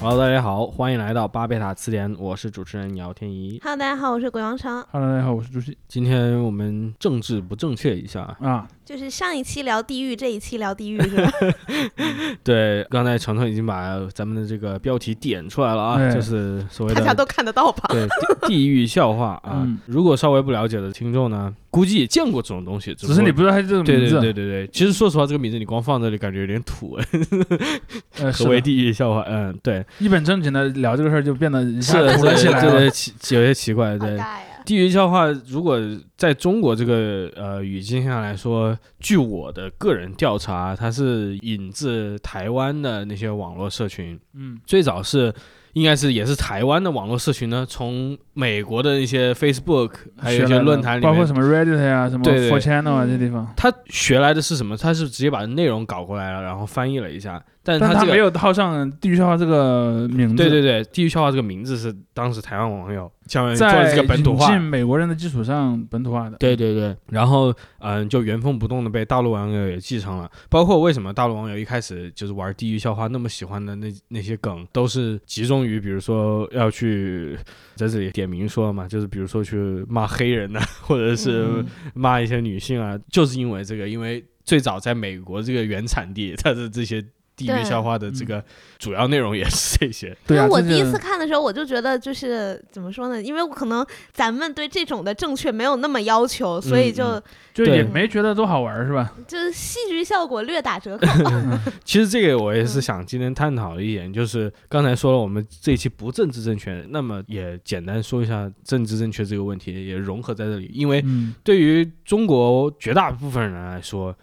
Hello，大家好，欢迎来到巴贝塔词典，我是主持人姚天怡。 Hello，大家好，我是鬼王昌。 Hello，大家好，我是朱熹今天我们政治不正确一下，啊。就是上一期聊地狱，这一期聊地狱是吧？对，刚才程程已经把咱们的这个标题点出来了啊，哎就是所谓 大家的都看得到吧？对地地狱笑话啊。 嗯如果稍微不了解的听众呢，估计也见过这种东西，只是你不不知道它是这种过。对名对字，对对对，其实说实话，这个名字你光放这里感觉有点土。呃，何是为的，地狱笑话？嗯，对，一本正经的聊这个事儿就变得一下是突然起来对了。对，奇有些奇怪，对，呀！地域笑话，如果在中国这个呃语境下来说，据我的个人调查，它是引自台湾的那些网络社群，嗯，最早是应该是也是台湾的网络社群呢，从美国的一些 Facebook 还有一学些来的论坛里包括面。什么 Reddit 呀、什么对对 Four Channel 啊嗯这地方，他学来的是什么？他是直接把内容搞过来了，然后翻译了一下，但但他它这个没有套上“地狱笑话”这个名字。对对对，地域笑话这个名字是当时台湾网友相当于做了在这个本土化引，进美国人的基础上本土化的。对对对，然后嗯、就原封不动的被大陆网友也继承了。包括为什么大陆网友一开始就是玩地狱笑话那么喜欢的那那些梗，都是集中于比如说要去在这里点名说嘛，就是比如说去骂黑人呐、 或者是嗯骂一些女性啊，就是因为这个，因为最早在美国这个原产地，它的这些地对狱笑话的这嗯个主要内容也是这些。对啊，因为我这第一是次看的时候，我就觉得就是怎么说呢？因为我可能咱们对这种的正确没有那么要求，所以就、嗯就对也没觉得多好玩儿是吧？就是戏剧效果略打折扣。 其实这个我也嗯是想今天探讨的一点，就是刚才说了，我们这一期不政治正确，那么也简单说一下政治正确这个问题，也融合在这里。因为嗯，对于中国绝大部分人来说，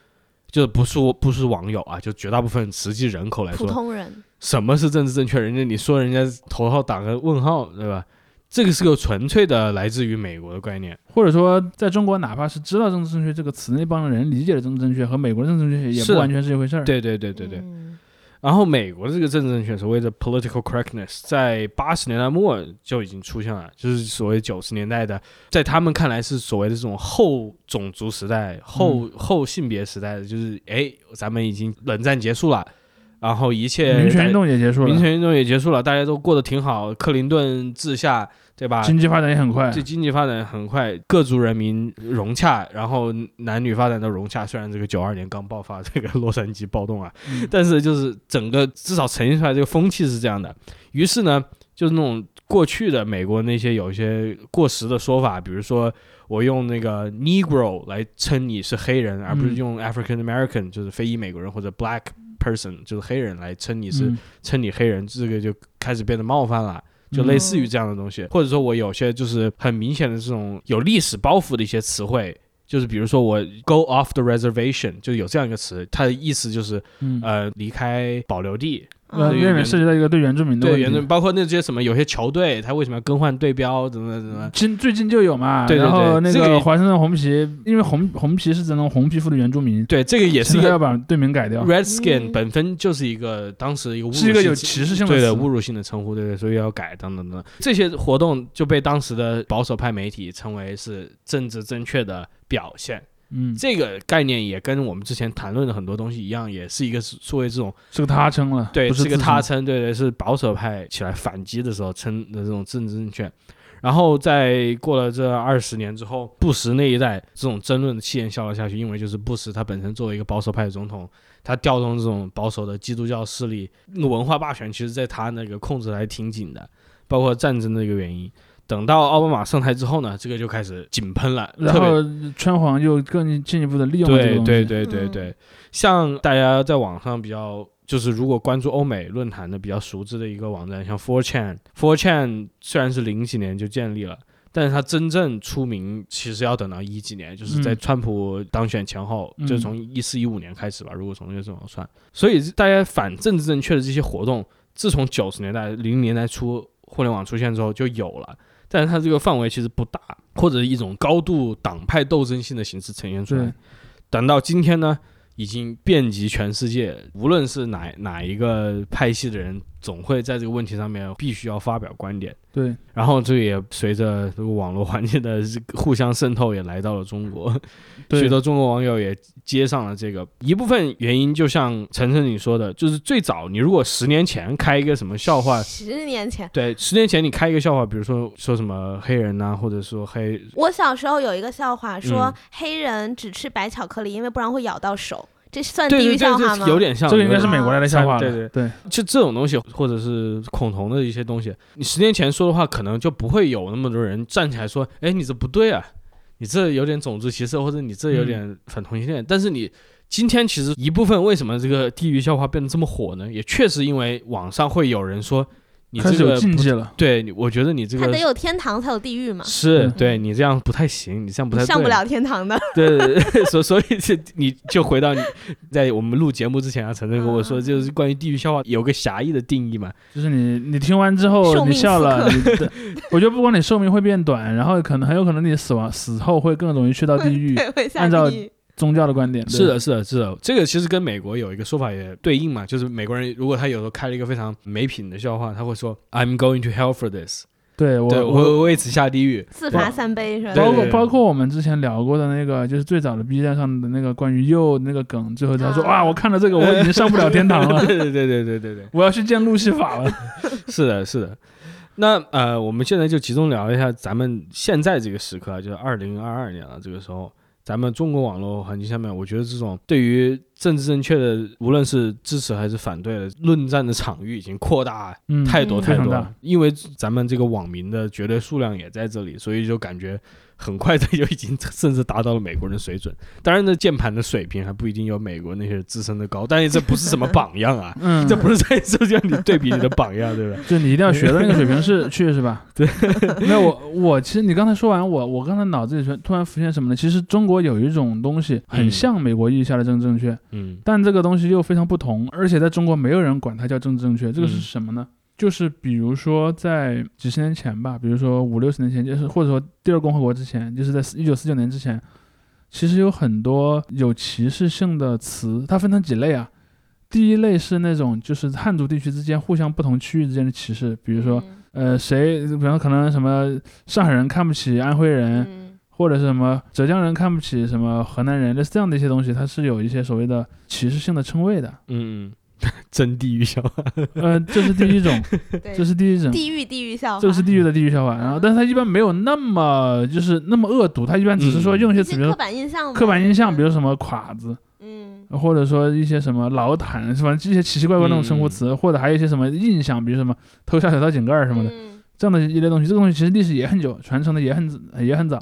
就不是不是网友啊，就绝大部分实际人口来普说，通人，什么是政治正确？人家你说人家头号打个问号，对吧？这个是个纯粹的来自于美国的概念，或者说在中国，哪怕是知道“政治正确”这个词那帮人理解的“政治正确”和美国“政治正确”也是不的完全是一回事儿。对对对对对。嗯然后美国的这个政治正确，所谓的 political correctness，在八十年代末就已经出现了，就是所谓九十年代的，在他们看来是所谓的这种后种族时代、后、嗯后性别时代的，就是哎，咱们已经冷战结束了，然后一切民权运、动也结束民了，权运动也结束了，大家都过得挺好，克林顿治下，对吧？经济发展也很快。这经济发展很快，各族人民融洽，然后男女发展的融洽。虽然这个九二年刚爆发这个洛杉矶暴动啊，嗯但是就是整个至少呈现出来这个风气是这样的。于是呢，就是那种过去的美国那些有一些过时的说法，比如说我用那个 Negro 来称你是黑人，而不嗯是用 African American 就是非裔美国人或者 Black person 就是黑人来称你是、嗯称你黑人，这个就开始变得冒犯了。就嗯类似于这样的东西，或者说我有些就是很明显的这种有历史包袱的一些词汇，就是比如说我 go off the reservation，就有这样一个词，它的意思就是嗯呃离开保留地，对呃，嗯这于里面原涉及到一个对原住民的问对题。原住民，包括那些什么有些球队，他为什么要更换队标，怎么怎么。近最近就有嘛，对对对然后那这个也个华盛顿红皮，因为红红皮是指那种红皮肤的原住民，对，这个也是现一在要个把队名改掉， Redskin 嗯本身就是一个当时一个侮辱是一个有性歧视性的对词的侮辱性的称呼，对对，所以要改等等等等。这些活动就被当时的保守派媒体称为是政治正确的表现。嗯，这个概念也跟我们之前谈论的很多东西一样，也是一个是作为这种是个他称了，对不是这个自他称，称，对对是保守派起来反击的时候称的这种政治正确。然后在过了这二十年之后，布什那一代这种争论的气焰消了下去，因为就是布什他本身作为一个保守派的总统，他调动这种保守的基督教势力，那文化霸权其实在他那个控制还挺紧的，包括战争的一个原因。等到奥巴马上台之后呢，这个就开始井喷了，然特别后川黄又更进一步的利用了这对个东西，对对对嗯对，像大家在网上比较，就是如果关注欧美论坛的比较熟知的一个网站，像 4chan，4chan 虽然是零几年就建立了。但是它真正出名，其实要等到一几年，就是在嗯川普当选前后，嗯就从一四一五年开始吧，如果从这个往算。所以大家反政治正确的这些活动，自从九十年代、零年代初互联网出现之后就有了，但是它这个范围其实不大，或者一种高度党派斗争性的形式呈现出来对。等到今天呢，已经遍及全世界，无论是哪哪一个派系的人，总会在这个问题上面必须要发表观点。对，然后这也随着这个网络环境的这个互相渗透，也来到了中国，对许多中国网友也接上了这个。一部分原因，就像晨晨你说的，就是最早你如果十年前开一个什么笑话，十年前，对，十年前你开一个笑话，比如说说什么黑人呐、或者说黑，我小时候有一个笑话，说嗯黑人只吃白巧克力，因为不然会咬到手，这算对地对狱笑话对，吗？就有点像，这个应该是有点美国来的笑话了，对对对嗯就这种东西，或者是恐同的一些东西，你十年前说的话，可能就不会有那么多人站起来说，哎，你这不对啊，你这有点种族歧视，或者你这有点反同性恋。但是你今天其实一部分为什么这个地域笑话变得这么火呢？也确实因为网上会有人说，你开这始有个禁不忌了，对，你我觉得你这他个得有天堂才有地狱嘛，是嗯对你这样不太行，你这样不太对上不了天堂的。对对对，所所以这你就回到你在我们录节目之前啊，晨晨跟我说，嗯就是关于地域笑话有个狭义的定义嘛。就是 你你听完之后寿你命笑复了，刻你 的我觉得不光你寿命会变短，然后可能很有可能你死亡死后会更容易去到地狱，对，会下按照地狱。宗教的观点，对是的，，是的，是的，这个其实跟美国有一个说法也对应嘛，就是美国人如果他有时候开了一个非常没品的笑话，他会说 "I'm going to hell for this"，对我对我会为此下地狱。自罚三杯是吧？对包括对包括我们之前聊过的那个，就是最早的 B 站上的那个关于又那个梗，最后他说啊哇，我看了这个我已经上不了天堂 了，对对对对对对对，我要去见路西法了。是的，是的。那呃，我们现在就集中聊一下咱们现在这个时刻啊，就是二零二二年了，这个时候。咱们中国网络环境下面，我觉得这种对于政治正确的，无论是支持还是反对的论战的场域已经扩大嗯，太多嗯太非常多大，了，因为咱们这个网民的绝对数量也在这里，所以就感觉很快的就已经甚至达到了美国人水准。当然呢，键盘的水平还不一定有美国那些资深的高，但是这不是什么榜样啊嗯，这不是在说让你对比你的榜样，对吧？就你一定要学到那个水平是去是吧？ 对。那我我其实你刚才说完，我我刚才脑子里突突然浮现什么呢？其实中国有一种东西很嗯像美国意义下的政治正确，嗯但这个东西又非常不同，而且在中国没有人管它叫政治正确，这个是嗯什么呢？就是比如说在几十年前吧，比如说五六十年前，就是或者说第二共和国之前，就是在一九四九年之前，其实有很多有歧视性的词，它分成几类啊。第一类是那种就是汉族地区之间互相不同区域之间的歧视，比如说嗯，呃谁，比方可能什么上海人看不起安徽人，嗯或者是什么浙江人看不起什么河南人，类似这样的一些东西，它是有一些所谓的歧视性的称谓的。嗯，真地狱笑话。呃，这是第一种，对这是第一种，嗯地啊狱地狱笑话，这是地狱的地域笑话。然后，但是它一般没有那么就是那么恶毒，它一般只是说嗯用一些一词，些比如刻说板印象吧，刻板印象，比如如什么垮子，嗯或者说一些什么老坦，什么这些奇奇怪怪那种称呼词，或者还有一些什么印象，比如什么偷下水道井盖儿什么的。嗯这样的一类东西，这个东西其实历史也很久，传承的也很也很早。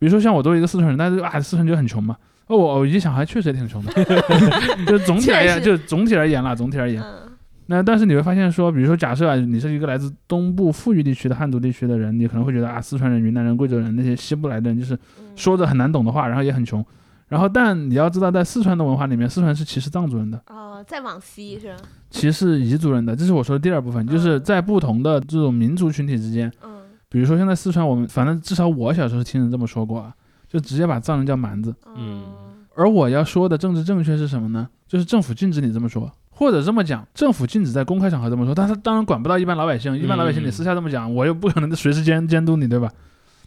比如说像我作为一个四川人，大家就啊四川就很穷嘛。哦，我我一想还确实也挺穷 的， 就总体而言，确实就总体而言啦，总体而言。嗯那但是你会发现说，比如说假设啊，你是一个来自东部富裕地区的汉族地区的人，你可能会觉得啊，四川人、云南人、贵州人那些西部来的人，就是嗯说着很难懂的话，然后也很穷。然后，但你要知道，在四川的文化里面，四川是歧视藏族人的，哦，再往西是吧？歧视彝族人的。这是我说的第二部分，就是嗯在不同的这种民族群体之间，嗯比如说现在四川，我们反正至少我小时候是听人这么说过啊，就直接把藏人叫蛮子。哦嗯而我要说的政治正确是什么呢？就是政府禁止你这么说，或者这么讲，政府禁止在公开场合这么说，但他当然管不到一般老百姓，一般老百姓你嗯私下这么讲，我又不可能随时监监督你，对吧？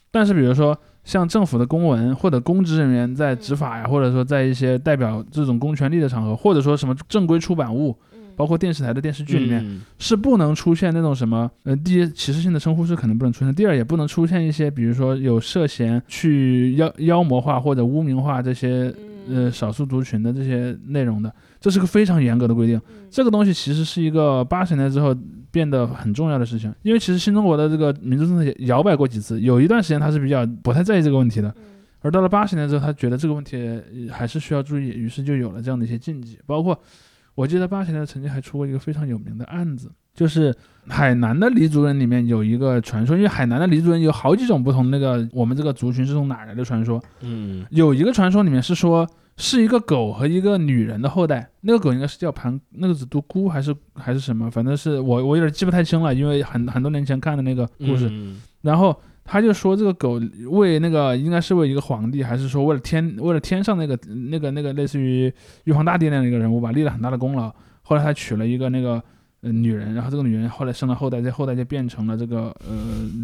但是比如说像政府的公文或者公职人员在执法呀，或者说在一些代表这种公权力的场合，或者说什么正规出版物，嗯包括电视台的电视剧里面，嗯是不能出现那种什么，呃，第一歧视性的称呼是肯定不能出现，第二也不能出现一些，比如说有涉嫌去妖妖魔化或者污名化这些呃嗯少数族群的这些内容的，这是个非常严格的规定。嗯这个东西其实是一个八十年代之后变得很重要的事情，因为其实新中国的这个民族政策也摇摆过几次，有一段时间他是比较不太在意这个问题的，嗯而到了八十年之后，他觉得这个问题呃还是需要注意，于是就有了这样的一些禁忌。包括我记得八十年代曾经还出过一个非常有名的案子，就是海南的黎族人里面有一个传说，因为海南的黎族人有好几种不同那个我们这个族群是从哪来的传说，嗯有一个传说里面是说是一个狗和一个女人的后代，那个狗应该是叫盘，那个只读姑还是还是什么，反正是我我有点记不太清了，因为很很多年前看的那个故事。嗯然后他就说这个狗为那个应该是为一个皇帝，还是说为了天为了天上那个那个那个类似于玉皇大帝那样的一个人物吧，立了很大的功劳。后来他娶了一个那个呃女人，然后这个女人后来生了后代，这后代就变成了这个呃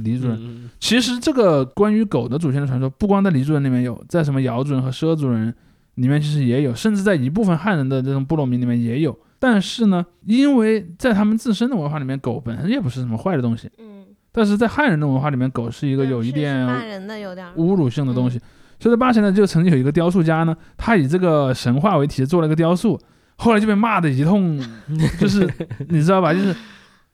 李主任。嗯其实这个关于狗的祖先的传说，不光在黎族人里面有，在什么瑶族人和畲族人里面其实也有，甚至在一部分汉人的这种部落民里面也有。但是呢，因为在他们自身的文化里面，狗本身也不是什么坏的东西，嗯，但是在汉人的文化里面，狗是一一个有一点骂人的有点儿，侮辱性的东西。所以在八十年代就曾经有一个雕塑家呢，他以这个神话为题做了一个雕塑，后来就被骂的一通，就是你知道吧？就是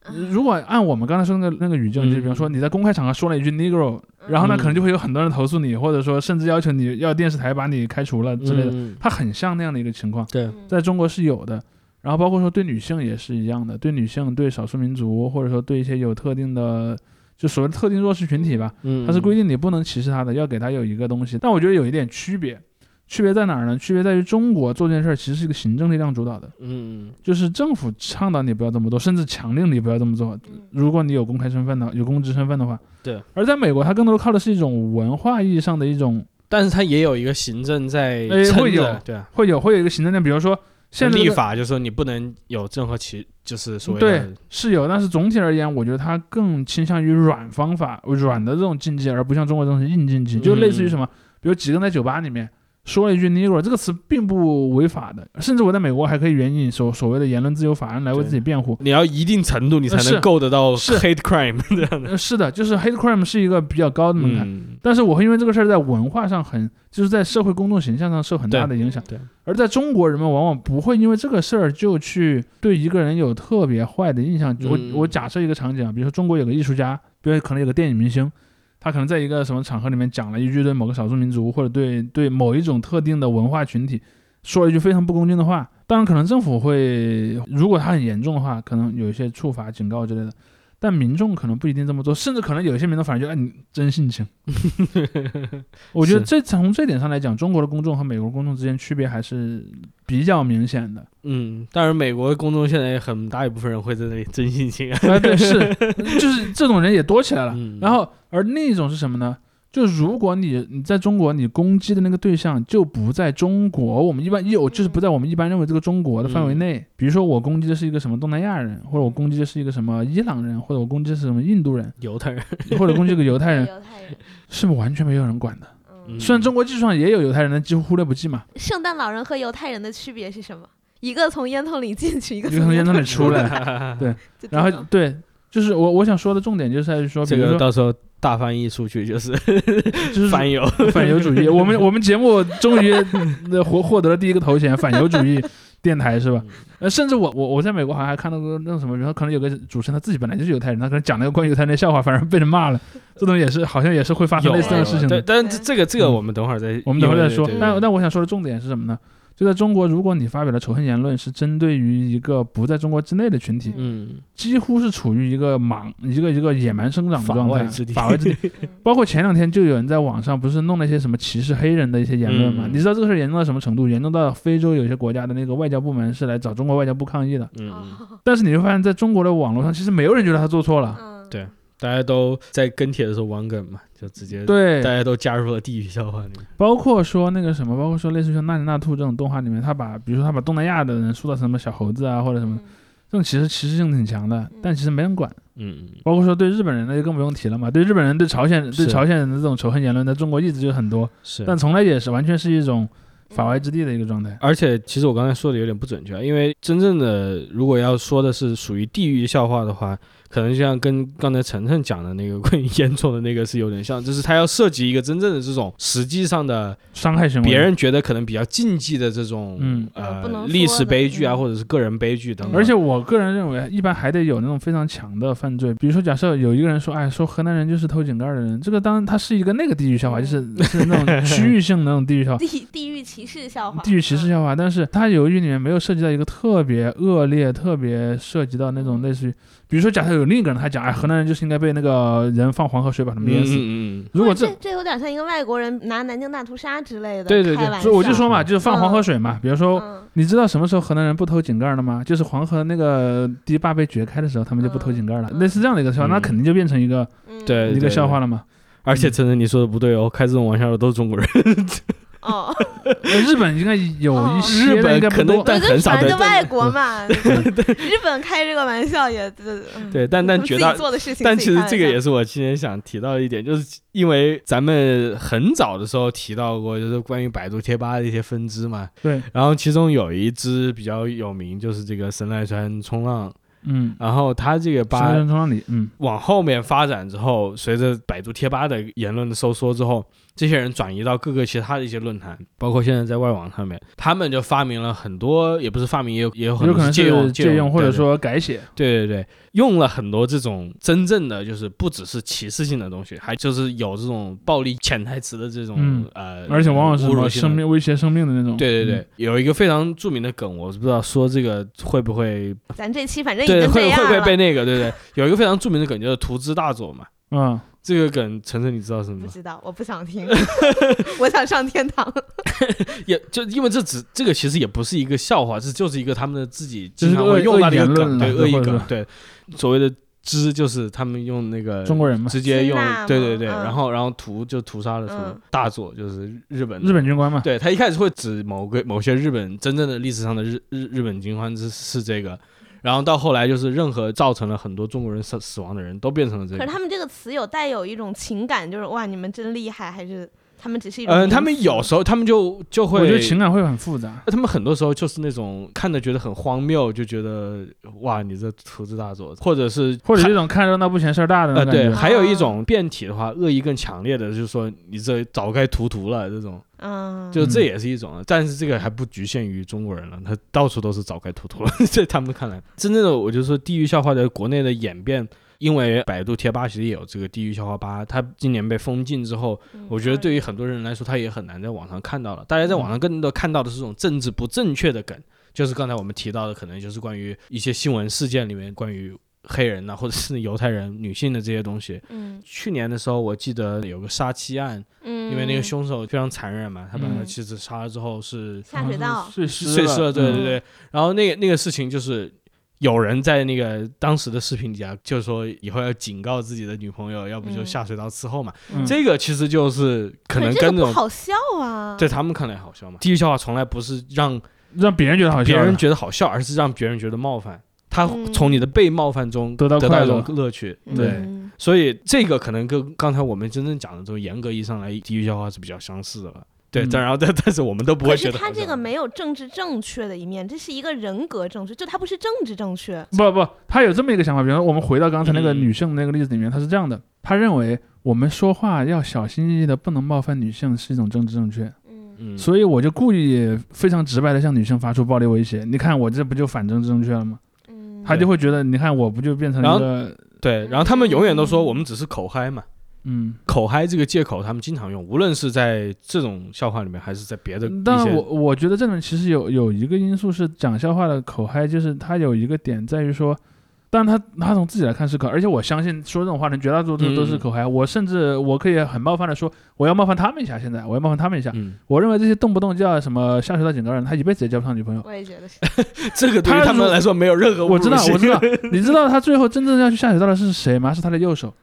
嗯如果按我们刚才说那个那个语境，就比方说你在公开场合说了一句 “negro”，然后呢，嗯可能就会有很多人投诉你，或者说甚至要求你要电视台把你开除了之类的。嗯它很像那样的一个情况，对，嗯在中国是有的。然后包括说对女性也是一样的，对女性、对少数民族，或者说对一些有特定的，就所谓的特定弱势群体吧，嗯，它是规定你不能歧视它的，要给它有一个东西。但我觉得有一点区别，区别在哪儿呢？区别在于中国做这件事儿其实是一个行政力量主导的，嗯，嗯，就是政府倡导你不要这么做，甚至强令你不要这么做。嗯如果你有公开身份的，有公职身份的话，对。而在美国，它更多的靠的是一种文化意义上的一种，但是它也有一个行政在哎撑会有着，对啊，会有会有一个行政力量，比如说现在立的法就说你不能有任何歧，就是所谓对的，是有，但是总体而言，我觉得它更倾向于软方法、软的这种禁忌，而不像中国这种是硬禁嗯忌，就类似于什么，比如几个人在酒吧里面说了一句 “negro” 这个词并不违法的，甚至我在美国还可以援引所所谓的言论自由法案来为自己 辩护。你要一定程度你才呃是能够得到是 hate crime 这样的。呃，是的，就是 hate crime 是一个比较高的门槛，嗯，但是我会因为这个事儿在文化上很，就是在社会公众形象上受很大的影响。对，而在中国，人们往往不会因为这个事儿就去对一个人有特别坏的印象。我嗯我假设一个场景啊，比如说中国有个艺术家，比如可能有个电影明星，他可能在一个什么场合里面讲了一句对某个少数民族或者对对某一种特定的文化群体说了一句非常不恭敬的话。当然，可能政府会，如果他很严重的话，可能有一些处罚、警告之类的。但民众可能不一定这么做，甚至可能有一些民众反而觉得，哎，你真性情。我觉得是这从这点上来讲，中国的公众和美国公众之间区别还是比较明显的。嗯，当然，美国公众现在也很大一部分人会在那里真性情啊。啊，对，是，就是这种人也多起来了。嗯然后，而另一种是什么呢？就如果你你在中国，你攻击的那个对象就不在中国，我们一般有就是不在我们一般认为这个中国的范嗯围内。比如说，我攻击的是一个什么东南亚人，或者我攻击的是一个什么伊朗人，或者我攻击的是什么印度人，犹太人，或者攻击一个犹 太人，犹太人，是不是完全没有人管的？嗯，虽然中国技术上也有犹太人，但几乎忽略不计 嘛，圣诞老人和犹太人的区别是什么？一个从烟囱里进去，一个一个从烟囱里出 来。来就这然后种对，就是我我想说的重点就是在于说，比这如个说到时候大翻译出去 就是哦就是反犹。反犹主义，我们我们节目终于呃获获得了第一个头衔，反犹主义电台是吧嗯？呃，甚至我我我在美国好像还看到过那种什么，然后可能有个主持人他自己本来就是犹太人，他可能讲了一个关于犹太人的笑话，反而被人骂了，这种也是好像也是会发生 类似的事情啊对，的。但这这个这个嗯我们等会儿再，我们等会儿再说对对。对但但我想说的重点是什么呢？就在中国，如果你发表的仇恨言论是针对于一个不在中国之内的群体，嗯，几乎是处于一个莽一个一个野蛮生长的法状态，外之地法外之地。嗯包括前两天就有人在网上不是弄了一些什么歧视黑人的一些言论嘛？嗯你知道这个事儿严重到什么程度？严重到非洲有些国家的那个外交部门是来找中国外交部抗议的。嗯，哦但是你会发现在中国的网络上，其实没有人觉得他做错了。 嗯，对大家都在跟帖的时候玩梗嘛，就直接大对，家都加入了地域笑话里面。包括说那个什么，包括说类似于像《纳尼纳兔》这种动画里面，他把比如说他把东南亚的人塑造成什么小猴子啊，或者什么嗯这种其实歧视性挺强的，但其实没人管。嗯，嗯包括说对日本人那就更不用提了嘛，对日本人、对朝鲜、对是朝鲜人的这种仇恨言论，在中国一直就很多，是。但从来也是完全是一种法外之地，地的一个状态。而且，其实我刚才说的有点不准确，因为真正的如果要说的是属于地域笑话的话，可能就像跟刚才晨晨讲的那个关于烟囱的那个是有点 像，就是它要涉及一个真正的这 种实际上的伤害行为，别人觉得可能比较禁忌的这种、嗯啊不能呃说历史悲剧啊，的嗯，或者是个人悲剧等等。而且我个人认为，一般还得有那种非常强的犯罪，比如说，假设有一个人说，哎，说河南人就是偷井盖的人，这个当然他是一个那个地域嗯笑话，就是是 那种区域性的那种地域笑话 地地域歧视笑话，嗯地域歧视笑话，但是他由于里面没有涉及到一个特别恶劣、特别涉及到那嗯种类似于，比如说，假设有另一个人他讲，哎，河南人就是应该被那个人放黄河水把他嗯们淹死，嗯嗯如果这这这有点像一个外国人拿南京大屠杀之类的，对对对开玩所以我就笑说嘛，就是放黄河水嘛，比如说。嗯你知道什么时候河南人不偷井盖儿了吗？就是黄河那个堤坝被掘开的时候，他们就不偷井盖儿了，嗯类似这样的一个笑话，嗯那肯定就变成一个嗯对 一个笑话了嘛。 而且晨晨你说的不对哦，开这种玩笑的都是中国人。 哦，呃日本应该有一些，哦日但本应该可不能多。但嗯我很就少反正的就外国 嘛， 日本开这个玩笑也，对对，但但绝自大己做的事情，但自其己实开玩这个笑也是我今天想提到的一点，就是因为咱们很早的时候提到过，就是关于百度贴吧的一些分支嘛。对，然后其中有一支比较有名，就是这个神奈川冲浪。嗯，然后它这个吧神人冲浪里，嗯，往后面发展之后，随着百度贴吧的言论的收缩之后，这些人转移到各个其他的一些论坛，包括现在在外网上面，他们就发明了很多，也不是发明，也有也有很有多可能借用是借用或者对对说改写。对对对，用了很多这种真正的就是不只是歧视性的东西，还就是有这种暴力潜台词的这种、嗯呃，而且往往是侮什辱么性的生命威胁生命的那种。对对对，嗯，有一个非常著名的梗，我不知道说这个会不会咱这期反正已对经这会样会了，不会被那个对对，有一个非常著名的梗就是图之大佐嘛，嗯，这个梗晨晨你知道什么不吗？知道，我不想听， 我想上天堂。也就因为这只这个其实也不是一个笑话，这就是一个他们的自己这经是常个恶会用到的一个恶意言梗，论对了恶意或者梗是，对所谓的之就是他们用那个中国人嘛，直接用辛辣，对嘛对对，嗯然后然后屠就屠杀了屠、嗯大佐，就是日本的日本军官 嘛，对他一开始会指某个某些日本真正的历史上的日日日本军官是是这个，然后到后来就是任何造成了很多中国人死死亡的人都变成了这 可个是。他们这个词有带有一种情感，就是哇，你们真厉害，还是他们只是一种名嗯，词？他们有时候他们就就会，我觉得情感会很复杂。他们很多时候就是那种看着觉得很荒谬，就觉得哇，你这厨子大佐，或者是或者看这种看热闹不嫌事儿大的那呃种感对，觉，还有一种变体的话，恶意更强烈的，就是说你这早该屠屠了这种。嗯，就这嗯也是一种，啊但是这个还不局限于中国人了，他到处都是早该秃秃了， 在他们看来，真正的我就说地域笑话在国内的演变。因为百度贴吧其实也有这个地域笑话吧，它今年被封禁之后，嗯我觉得对于很多人来说，他也很难在网上看到了。大家在网上更多看到的是这种政治不正确的梗，就是刚才我们提到的，可能就是关于一些新闻事件里面关于黑人呐、或者是犹太人、女性的这些东西。嗯去年的时候，我记得有个杀妻案，嗯，因为那个凶手非常残忍嘛，他把他嗯妻子杀了之后是下水道，碎碎尸了，对对嗯对。然后那个那个事情就是有人在那个当时的视频底下就说以后要警告自己的女朋友，要不就嗯下水道伺候嘛。嗯这个其实就是可能这跟那个不种好笑啊，在他们看来好笑嘛，地狱笑话从来不是让让别人觉得好笑别的，人觉得好笑，而是让别人觉得冒犯。他嗯从你的被冒犯中得到得快一种乐乐趣，嗯对，所以这个可能跟刚才我们真正讲的这种严格意义上来地域笑话是比较相似的了。对，嗯但然后 但但是我们都不可会是觉得好他笑。这个没有政治正确的一面，这是一个人格正确，就他不是政治正确。不不，他有这么一个想法，比如说我们回到刚才那个嗯女性那个例子里面，他是这样的，他认为我们说话要小心翼翼的，不能冒犯女性是一种政治正确，嗯嗯，所以我就故意非常直白的向女性发出暴力威胁，你看我这不就反政治正确了吗？嗯他就会觉得，你看我不就变成然一后个，对，然后他们永远都说我们只是口嗨嘛，嗯，口嗨这个借口他们经常用，无论是在这种笑话里面，还是在别的一但些嗯我我觉得这种其实有有一个因素是讲笑话的口嗨，就是他有一个点在于说，但他他从自己来看是口，而且我相信说这种话的人绝大多数都是嗯口嗨。我甚至我可以很冒犯的说，我要冒犯他们一下，现在我要冒犯他们一下。嗯，我认为这些动不动就要什么下水道警告人，他一辈子也交不上女朋友。我也觉得是，这个对于 他他们如来说没有任何我知道侮辱，性我 知道，你知道他最后真正要去下水道的是谁吗？是他的右手，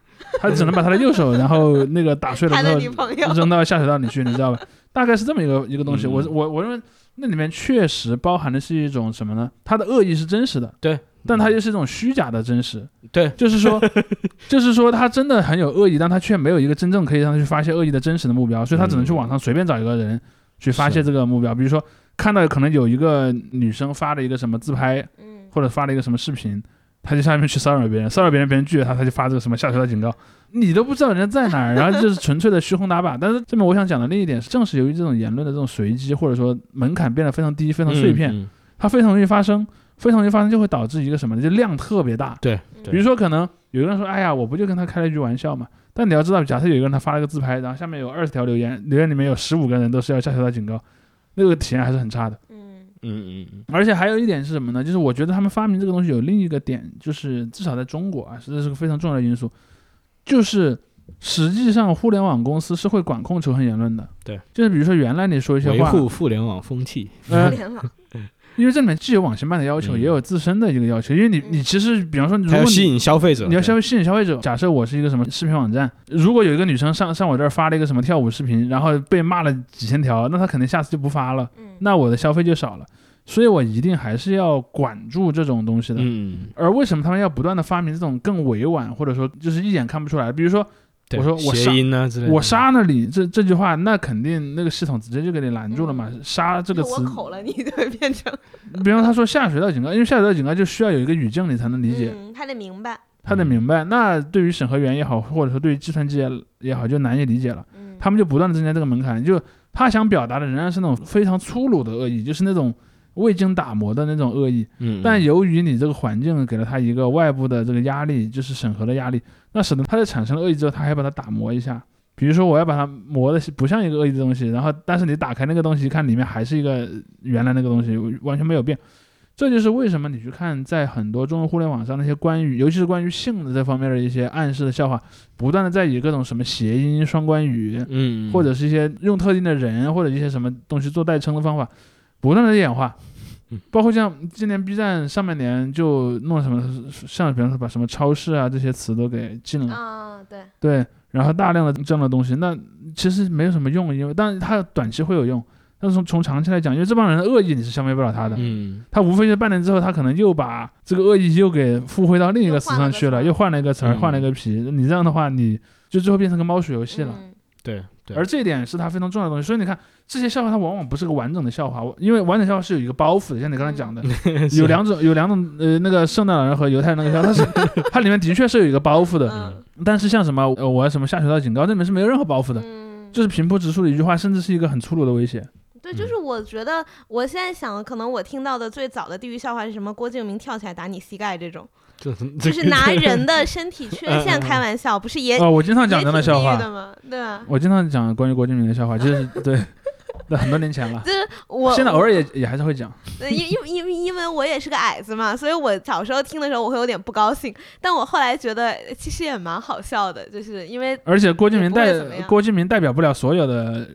他只能把他的右手，然后那个打碎了他之的后女朋 友扔到下水道里去，你知道吧？ 大概是这么一个一个东西。嗯我我我认为那里面确实包含的是一种什么呢？他的恶意是真实的，对，但它又是一种虚假的真实，嗯对， 就是 说，就是说他真的很有恶意，但他却没有一个真正可以让他去发泄恶意的真实的目标，所以他只能去嗯网上随便找一个人去发泄是这个目标，比如说。看到可能有一个女生发了一个什么自拍，嗯，或者发了一个什么视频，他就下面去骚扰别人，骚扰别人，别人拒绝他，他就发这个什么下水道警告，你都不知道人家在哪儿， 然后就是纯粹的虚哄打靶。但是这边我想讲的另一点是，正是由于这种言论的这种随机，或者说门槛变得非常低、非常碎片，嗯嗯它非常容易发生，非常容易发生就会导致一个什么呢？就量特别大。对，比对，如说，可能有个人说：“哎呀，我不就跟他开了一句玩笑嘛。”但你要知道，假设有一个人他发了个自拍，然后下面有二十条留言，留言里面有十五个人都是要下水道警告，那个体验还是很差的。嗯嗯嗯嗯，而且还有一点是什么呢？就是我觉得他们发明这个东西有另一个点，就是至少在中国啊，实在是个非常重要的因素，就是实际上互联网公司是会管控仇恨言论的。对，就是比如说原来你说一些维话，护互联网风气，互呃，联网，因为这里面既有网信办的要求，嗯也有自身的一个要求。因为你你其实，比方说，如还果要你吸引消费者，你要对消吸引消费者。假设我是一个什么视频网站，如果有一个女生上上我这儿发了一个什么跳舞视频，然后被骂了几千条，那她肯定下次就不发了， 嗯那我的消费就少了。所以我一定还是要管住这种东西的。嗯，而为什么他们要不断的发明这种更委婉，或者说就是一眼看不出来？比如说对我说我杀谐音呢之类的，我杀那里这这句话，那肯定那个系统直接就给你拦住了嘛。杀这嗯个我词，口了，你就会 变成比方他说下水道警告，因为下水道警告就需要有一个语境你才能理解，嗯，还得明白，他得明白。那对于审核员也好，或者说对于计算机也也好，就难以理解了。嗯，他们就不断的增加这个门槛，就他想表达的仍然是那种非常粗鲁的恶意，就是那种未经打磨的那种恶意。嗯，嗯，但由于你这个环境给了他一个外部的这个压力，就是审核的压力，那使得他在产生了恶意之后，他还要把它打磨一下。比如说，我要把它磨的不像一个恶意的东西，然后但是你打开那个东西，看里面还是一个原来那个东西，完全没有变。这就是为什么你去看在很多中文互联网上那些关于，尤其是关于性的这方面的一些暗示的笑话，不断的在以各种什么谐音、双关语，嗯，或者是一些用特定的人或者一些什么东西做代称的方法，不断的演化嗯。包括像今年 B 站上半年就弄了什么，像比方说把什么超市啊这些词都给禁了，啊，对，对，然后大量的这样的东西，那其实没有什么用，因为但是它短期会有用，但是从从长期来讲，因为这帮人的恶意你是消灭不了他的，嗯，他无非是半年之后，他可能又把这个恶意又给附会到另一个词上去了，又又换了一个词儿，嗯换了一个皮，你这样的话，你就最后变成个猫鼠游戏了。嗯对对，而这一点是它非常重要的东西。所以你看，这些笑话它往往不是个完整的笑话，我因为完整笑话是有一个包袱的，像你刚才讲的，有两种，有两种，呃，那个圣诞老人和犹太人那个笑话，它是 它里面的确是有一个包袱的。嗯但是像什么，呃，我要什么下水道警告，这里面是没有任何包袱的，嗯，就是平铺直述的一句话，甚至是一个很粗鲁的威胁。对，就是我觉得我现在想，可能我听到的最早的地狱笑话是什么？郭敬明跳起来打你膝盖 这种， 这就这是拿人的身体缺嗯陷嗯嗯开玩笑，不是也哦，我经常也讲挺这样的笑地狱话，的吗？对啊吧？我经常讲关于郭敬明的笑话，就是 对，那很多年前了，就是 我现在偶尔也也还是会讲。对，因因因为因为我也是个矮子嘛，所以我小时候听的时候我会有点不高兴，但我后来觉得呃其实也蛮好笑的，就是因为而且郭敬明也代不会怎么样郭敬明代表不了所有的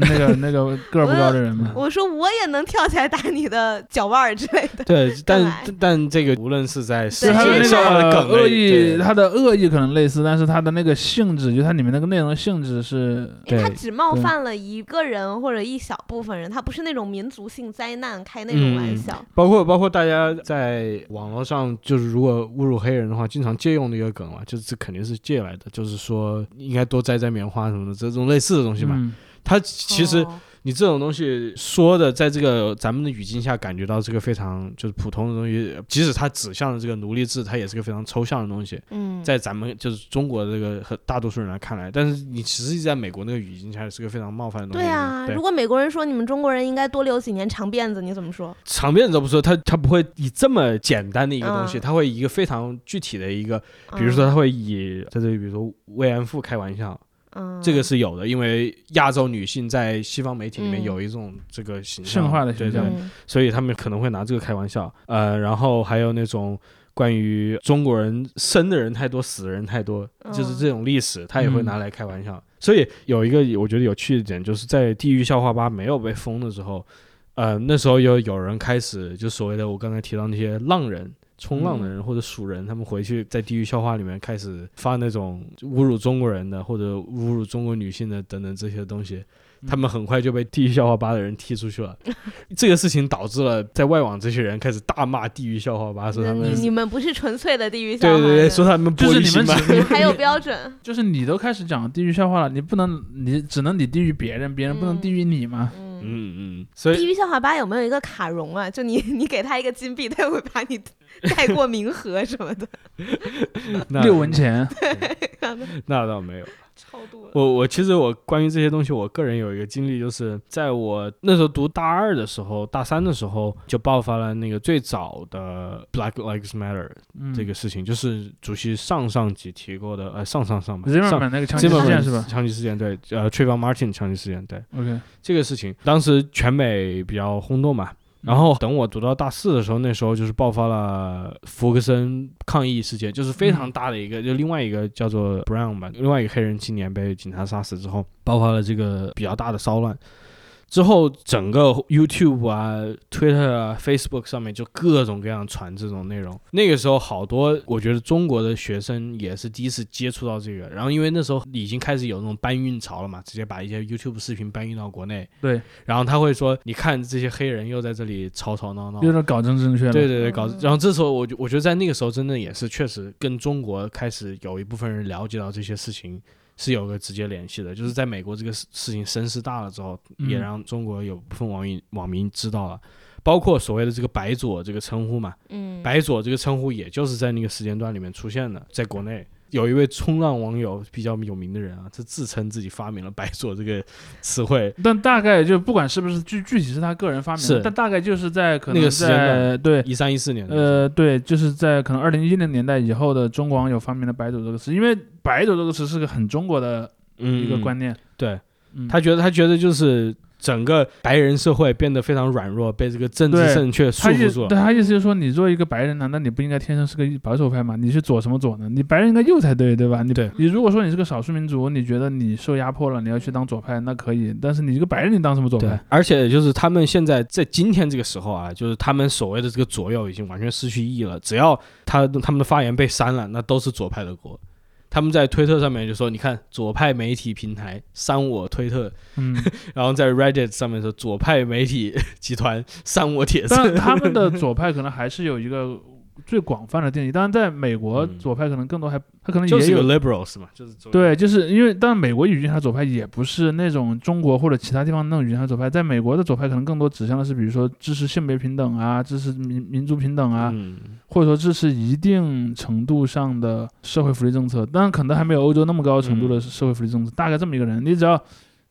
那个那个个儿不高的人嘛。我说我也能跳起来打你的脚腕儿之类的，对，但来但但这个无论是在就视是他的频那上的个梗类恶意，对他的恶意可能类似，但是他的那个性质，就它里面那个内容的性质是，因为 它对只冒对犯了一个人或者一小部分人，它不是那种民族性灾难开那种玩嗯笑，包括包括大家在网络上，就是如果侮辱黑人的话，经常借用的一个梗嘛，就是这肯定是借来的，就是说应该多摘摘棉花什么的，这种类似的东西嘛。嗯，它其实哦你这种东西说的，在这个咱们的语境下，感觉到这个非常就是普通的东西，即使它指向的这个奴隶制，它也是个非常抽象的东西，嗯，在咱们就是中国的这个和大多数人来看来，但是你实际在美国那个语境下是个非常冒犯的东西。对啊，对如果美国人说你们中国人应该多留几年长辫子，你怎么说？场面都不说，他他不会以这么简单的一个东西，嗯他会以一个非常具体的一个，比如说他会以在这里，比如说慰安妇开玩笑，嗯，嗯，这个是有的，因为亚洲女性在西方媒体里面嗯有一种这个形驯化的对形对象，嗯所以他们可能会拿这个开玩笑，呃，然后还有那种关于中国人生的人太多，死的人太多，嗯就是这种历史，他也会拿来开玩笑。所以有一个我觉得有趣的点，就是在地狱笑话吧没有被封的时候，呃，那时候有有人开始就所谓的我刚才提到那些浪人。冲浪的人或者蜀人，他们回去在地狱笑话里面开始发那种侮辱中国人的或者侮辱中国女性的等等这些东西，他们很快就被地狱笑话吧的人踢出去 了。这个事情导致了在外网这些人开始大骂地狱笑话吧，说他们你你们不是纯粹的地域对对对，说他们玻就是璃你心们吧，只你还有标 准，就是你都开始讲地域笑话了，你不能你只能你低于别人，别人不能低于你嘛。嗯。 嗯嗯，所地以狱笑话吧有没有一个卡戎啊？就你你给他一个金币，他也会把 你带过冥河什么的，那六文钱， 那倒没有。超度了。我我其实我关于这些东西，我个人有一个经历，就是在我那时候读大二的时候，大三的时候就爆发了那个最早的 Black Lives Matter 嗯这个事情，就是主席上上集提过的，呃上上上吧，上 Zimmerman 那个枪击事件是吧枪击事件对，呃 Trayvon Martin 枪击事件对。 ？OK，这个事情，当时全美比较轰动嘛。然后等我读到大四的时候，那时候就是爆发了福克森抗议事件，就是非常大的一个，就另外一个叫做 Brown 吧，另外一个黑人青年被警察杀死之后，爆发了这个比较大的骚乱。之后，整个 YouTube 啊、Twitter 啊、Facebook 上面就各种各样传这种内容。那个时候，好多我觉得中国的学生也是第一次接触到这个。然后，因为那时候已经开始有那种搬运潮了嘛，直接把一些 YouTube 视频搬运到国内。对。然后他会说：“你看这些黑人又在这里吵吵闹闹。”有点搞政治正确了。对对对，搞嗯。然后这时候我就我觉得在那个时候，真的也是确实跟中国开始有一部分人了解到这些事情是有个直接联系的。就是在美国这个事事情声势大了之后，嗯也让中国有部分网民网民知道了，包括所谓的这个“白左”这个称呼嘛，嗯，白左这个称呼也就是在那个时间段里面出现的，在国内。有一位冲浪网友比较有名的人啊，他自称自己发明了“白左”这个词汇，但大概就不管是不是具具体是他个人发明的是，但大概就是在可那能个时间在段对一三一四年的时候。呃，对，就是在可能二零一零年代以后的中国网友发明了“白酒”这个词，因为“白酒”这个词是个很中国的嗯，一个嗯观念。对，嗯他觉得他觉得就是整个白人社会变得非常软弱，被这个政治对正确束他意缚住对了。他意思就是说，你作为一个白人，难道你不应该天生是个保守派吗？你是左什么左呢？你白人应该右才对，对吧？你对你如果说你是个少数民族，你觉得你受压迫了，你要去当左派，那可以，但是你一个白人，你当什么左对派？，而且就是他们现在在今天这个时候啊，就是他们所谓的这个左右已经完全失去意义了。只要他他们的发言被删了，那都是左派的锅。他们在推特上面就说：“你看左派媒体平台删我推特，嗯，然后在 Reddit 上面说左派媒体集团 删我帖子。但他们的左派可能还是有一个最广泛的定义。当然，在美国，嗯左派可能更多还他可能就是也一个有 liberals 嘛，就是左对，就是因为但美国语境下的左派也不是那种中国或者其他地方那种语境下的左派，在美国的左派可能更多指向的是，比如说支持性别平等啊，支持民民族平等啊，嗯，或者说支持一定程度上的社会福利政策，当然可能还没有欧洲那么高程度的嗯社会福利政策。大概这么一个人，你只要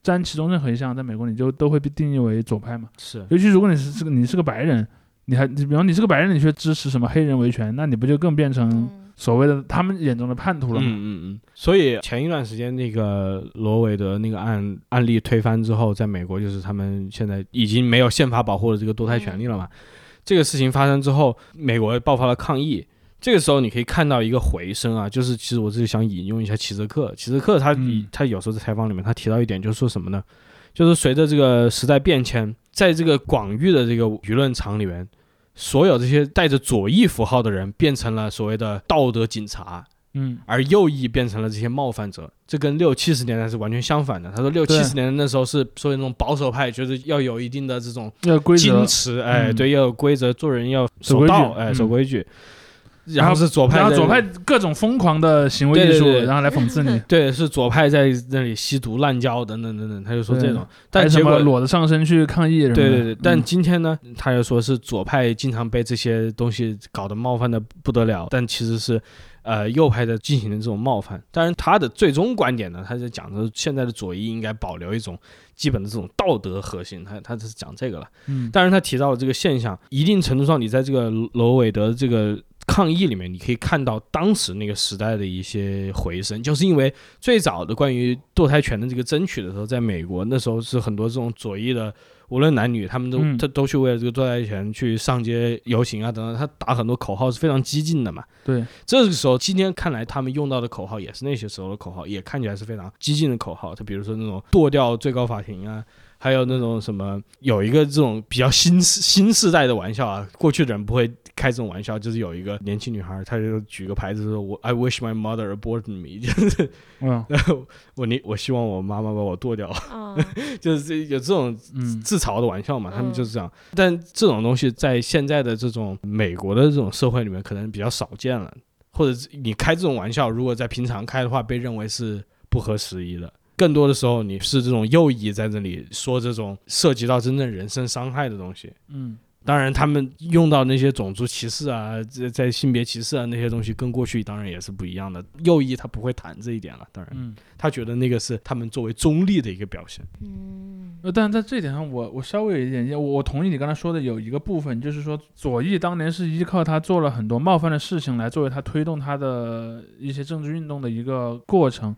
沾其中任何一项，在美国你就都会被定义为左派嘛。是尤其如果你是这个你是个白人，你还你比方你是个白人，你却支持什么黑人维权，那你不就更变成嗯所谓的他们眼中的叛徒了吗？嗯嗯嗯。所以前一段时间那个罗韦德那个案案例推翻之后，在美国就是他们现在已经没有宪法保护的这个堕胎权利了嘛。这个事情发生之后，美国爆发了抗议。这个时候你可以看到一个回声啊，就是其实我这里想引用一下齐泽克，齐泽克他、嗯他有时候在采访里面他提到一点，就是说什么呢？就是随着这个时代变迁，在这个广域的这个舆论场里面，所有这些带着左翼符号的人变成了所谓的道德警察，嗯而右翼变成了这些冒犯者，这跟六七十年代是完全相反的。他说六对七十年代那时候是所谓那种保守派，就是要有一定的这种要规则矜。持，哎，嗯对，要有规则，做人要守守规矩道，哎，嗯守规矩。然然后后是左派，然后左派各种疯狂的行为艺对术，对对然后来讽刺你，对是左派在那里吸毒滥交等等等等，他就说这种对， 但还结什么果裸着上身去抗议什么的。对对对，但嗯今天呢，他又说是左派经常被这些东西搞得冒犯的不得了，但其实是，呃，右派的进行的这种冒犯。当然，他的最终观点呢，他是讲的现在的左翼应该保留一种基本的这种道德核心，他他是讲这个了。嗯当然，他提到了这个现象，一定程度上，你在这个罗韦德这个。抗议里面，你可以看到当时那个时代的一些回声，就是因为最早的关于堕胎权的这个争取的时候，在美国那时候是很多这种左翼的，无论男女，他们都嗯他都去为了这个堕胎权去上街游行啊等等，他打很多口号是非常激进的嘛。对，这个时候，今天看来他们用到的口号也是那些时候的口号，也看起来是非常激进的口号。就比如说那种剁掉最高法庭啊，还有那种什么有一个这种比较新世新世代的玩笑啊，过去的人不会开这种玩笑，就是有一个年轻女孩，她就举个牌子说：“我 I wish my mother aborted me，就是 嗯我你我希望我妈妈把我剁掉。” 嗯就是这有这种嗯，自嘲的玩笑嘛，他们嗯就是这样。但这种东西在现在的这种美国的这种社会里面，可能比较少见了。或者你开这种玩笑，如果在平常开的话，被认为是不合时宜的。更多的时候，你是这种右翼在这里说这种涉及到真正人身伤害的东西。嗯当然，他们用到那些种族歧视啊，在在性别歧视啊那些东西，跟过去当然也是不一样的。右翼他不会谈这一点了，当然，嗯。他觉得那个是他们作为中立的一个表现。嗯呃，但在这一点上我，我稍微有一点意见，我我同意你刚才说的有一个部分，就是说左翼当年是依靠他做了很多冒犯的事情来作为他推动他的一些政治运动的一个过程，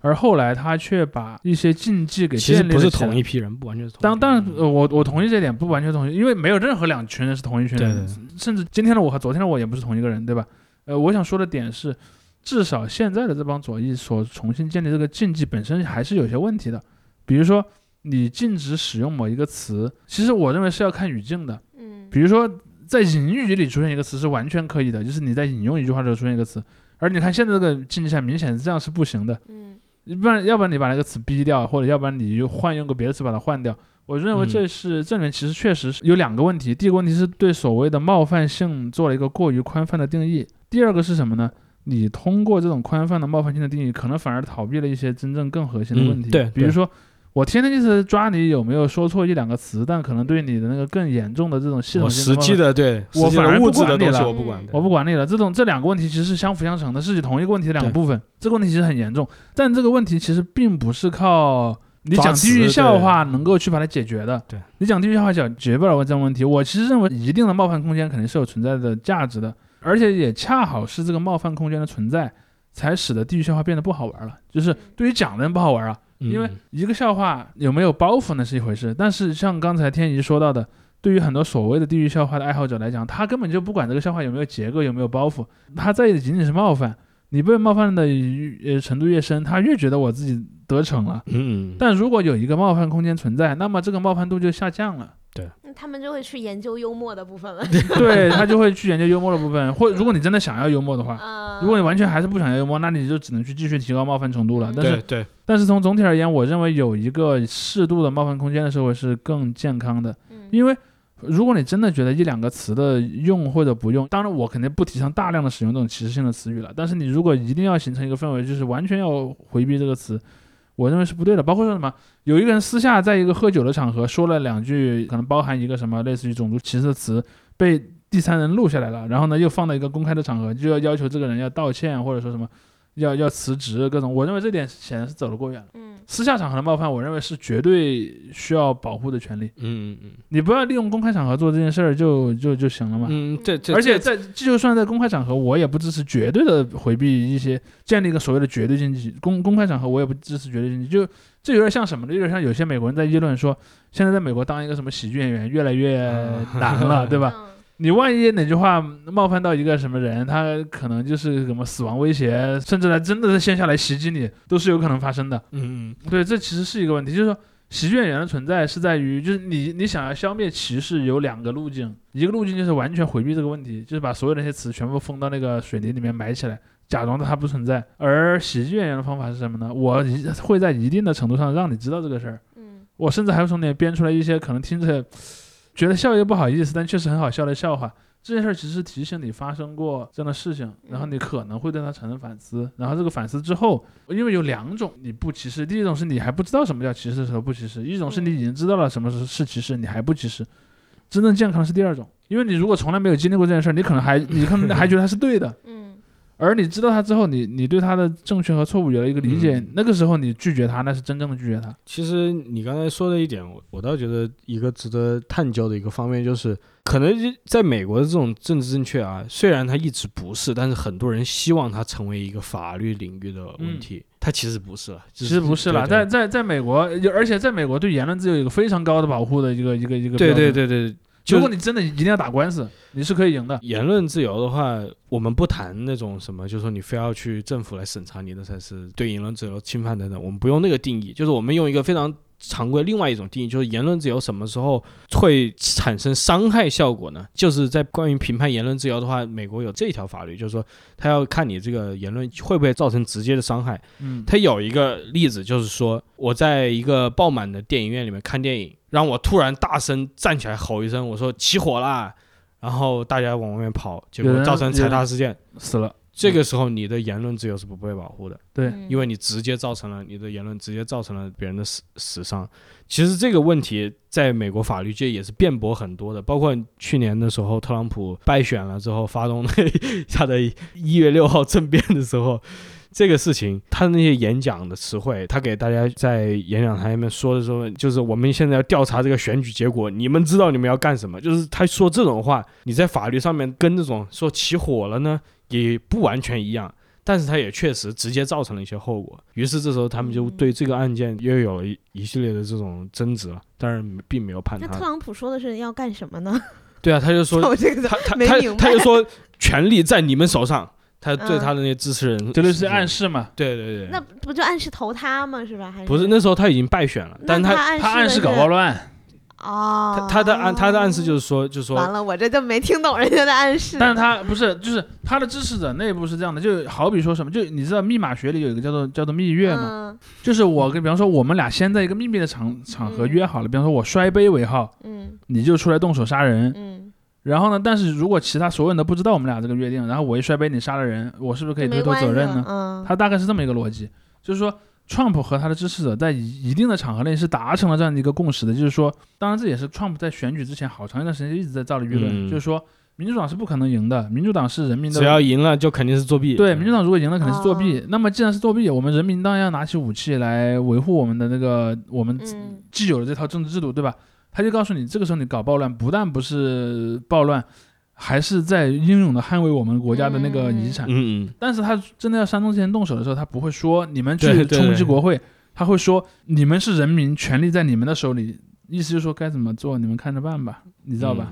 而后来他却把一些禁忌给其实建不立了是起来同一批人，不完全是同一批当人。当然，呃我我同意这点，不完全同意，因为没有任何两群人是同一群人，对对甚至今天的我和昨天的我也不是同一个人，对吧？呃，我想说的点是，至少现在的这帮左翼所重新建立这个禁忌本身还是有些问题的，比如说你禁止使用某一个词，其实我认为是要看语境的。嗯比如说，在引语里出现一个词是完全可以的，就是你在引用一句话的时候出现一个词。而你看现在这个境界下，明显这样是不行的。嗯不然，要不然你把那个词逼掉，或者要不然你就换用个别的词把它换掉。我认为嗯这是、这里面其实确实是有两个问题。第一个问题是对所谓的冒犯性做了一个过于宽泛的定义。第二个是什么呢？你通过这种宽泛的冒犯性的定义，可能反而逃避了一些真正更核心的问题。嗯对比如对说我天天就是抓你有没有说错一两个词，但可能对你的那个更严重的这种系我统性实的冒际犯的对，我实际反而的不物质管的你东西了我不管嗯，对我不管你了，这种这两个问题其实是相辅相成的，是同一个问题的两个对部分。这个问题其实很严重，但这个问题其实并不是靠你抓讲地域词笑对话能够去把它解决的。对，你讲地域笑话解决不了这种问题。我其实认为一定的冒犯空间肯定是有存在的价值的，而且也恰好是这个冒犯空间的存在，才使得地域笑话变得不好玩了。就是对于讲的人不好玩啊，因为嗯一个笑话有没有包袱那是一回事，但是像刚才天怡说到的，对于很多所谓的地域笑话的爱好者来讲，他根本就不管这个笑话有没有结构、有没有包袱，他在意的仅仅是冒犯。你被冒犯的呃程度越深，他越觉得我自己得逞了。嗯，嗯但如果有一个冒犯空间存在，那么这个冒犯度就下降了。 那他们就会去研究幽默的部分了。对他就会去研究幽默的部分，或如果你真的想要幽默的话，嗯，如果你完全还是不想要幽默，那你就只能去继续提高冒犯程度了。但是对对，但是从总体而言，我认为有一个适度的冒犯空间的社会是更健康的，嗯因为如果你真的觉得一两个词的用或者不用，当然我肯定不提倡大量的使用这种歧视性的词语了，但是你如果一定要形成一个氛围，就是完全要回避这个词。我认为是不对的，包括说什么，有一个人私下在一个喝酒的场合说了两句，可能包含一个什么类似于种族歧视的词，被第三人录下来了，然后呢又放到一个公开的场合，就要要求这个人要道歉，或者说什么要要辞职各种。我认为这点显然是走得过远了。嗯私下场合的冒犯，我认为是绝对需要保护的权利。嗯嗯嗯你不要利用公开场合做这件事儿就就就行了嘛。嗯，这这，而且在就算在公开场合，我也不支持绝对的回避一些建立一个所谓的绝对禁忌。公公开场合，我也不支持绝对禁忌。就这有点像什么呢？有点像有些美国人在议论说，现在在美国当一个什么喜剧演员越来越难了，对吧？嗯你万一哪句话冒犯到一个什么人，他可能就是什么死亡威胁，甚至来真的是线下来袭击你，都是有可能发生的。嗯嗯对，这其实是一个问题，就是说喜剧演员的存在是在于，就是你你想要消灭歧视有两个路径，一个路径就是完全回避这个问题，就是把所有的那些词全部封到那个水泥里面埋起来，假装它不存在。而喜剧演员的方法是什么呢？我一会在一定的程度上让你知道这个事儿，嗯我甚至还会从里面编出来一些可能听着觉得笑又不好意思，但确实很好笑的笑话。这件事儿其实是提醒你发生过这样的事情，然后你可能会对它产生反思，然后这个反思之后，因为有两种你不歧视，第一种是你还不知道什么叫歧视和不歧视，一种是你已经知道了什么是是歧视，你还不歧视。真正健康是第二种，因为你如果从来没有经历过这件事儿，你可能还你可能还觉得它是对的，嗯而你知道它之后，你你对它的正确和错误有了一个理解，嗯那个时候你拒绝它，那是真正的拒绝它。其实你刚才说的一点，我我倒觉得一个值得探究的一个方面就是，可能就在美国的这种政治正确啊，虽然它一直不是，但是很多人希望它成为一个法律领域的问题，它其实不是了，其嗯其实不是了，在在在美国，有而且在美国对言论自由有一个非常高的保护的一个一个一个。对对，对对对，如就果是你真的一定要打官司，你是可以赢的。言论自由的话，我们不谈那种什么，就是说你非要去政府来审查你，那才是对言论自由侵犯等等，我们不用那个定义，就是我们用一个非常。常规另外一种定义就是言论自由什么时候会产生伤害效果呢？就是在关于评判言论自由的话，美国有这条法律，就是说他要看你这个言论会不会造成直接的伤害。嗯，他有一个例子，就是说我在一个爆满的电影院里面看电影，让我突然大声站起来吼一声，我说起火啦，然后大家往外面跑，结有果人造成踩踏事件。死了。这个时候，你的言论自由是不被保护的，对，嗯因为你直接造成了你的言论直接造成了别人的死死伤。其实这个问题在美国法律界也是辩驳很多的，包括去年的时候，特朗普败选了之后，发动了 他的一月六号政变的时候，这个事情，他那些演讲的词汇，他给大家在演讲台上面说的时候，就是我们现在要调查这个选举结果，你们知道你们要干什么？就是他说这种话，你在法律上面跟这种说起火了呢，也不完全一样。但是他也确实直接造成了一些后果，于是这时候他们就嗯对这个案件又有了一一系列的这种争执了，当然并没有判那特他。朗普说的是要干什么呢？ 对啊，他就说我这个他他没他明白嗯他就说权力在你们手上，他对他的那些支持人，这就是暗示。示嘛。对对对，那不就暗示投他吗？是吧？还是不是那时候他已经败选了，但那他暗示他暗示示搞暴乱，哦他，他的暗他的暗示就是说就是完说了，我这就没听懂人家的暗示。但是他不是，就是他的支持者内部是这样的，就好比说什么，就你知道密码学里有一个叫做叫做蜜月嘛，嗯就是我跟比方说我们俩先在一个秘密的场场合嗯约好了，比方说我摔杯为号，嗯你就出来动手杀人，嗯，然后呢，但是如果其他所有人都不知道我们俩这个约定，然后我一摔杯你杀了人，我是不是可以没推脱关责系任了呢？嗯，他大概是这么一个逻辑，就是说。Trump 和他的支持者在一一定的场合内是达成了这样的一个共识的，就是说，当然这也是 Trump 在选举之前好长一段时间一直在造的舆嗯论，就是说，民主党是不可能赢的，民主党是人民的只要赢了就肯定是作弊。对，民主党如果赢了，肯定是作弊。哦那么既然是作弊，我们人民当然要拿起武器来维护我们的那个我们自嗯既有的这套政治制度，对吧？他就告诉你，这个时候你搞暴乱，不但不是暴乱，还是在英勇的捍卫我们国家的那个遗产。嗯嗯，但是他真的要煽动这些人动手的时候，他不会说你们对去对对冲击国会，他会说你们是人民，权利在你们的手里。意思就是说该怎么做，你们看着办吧，你你！知道吧？？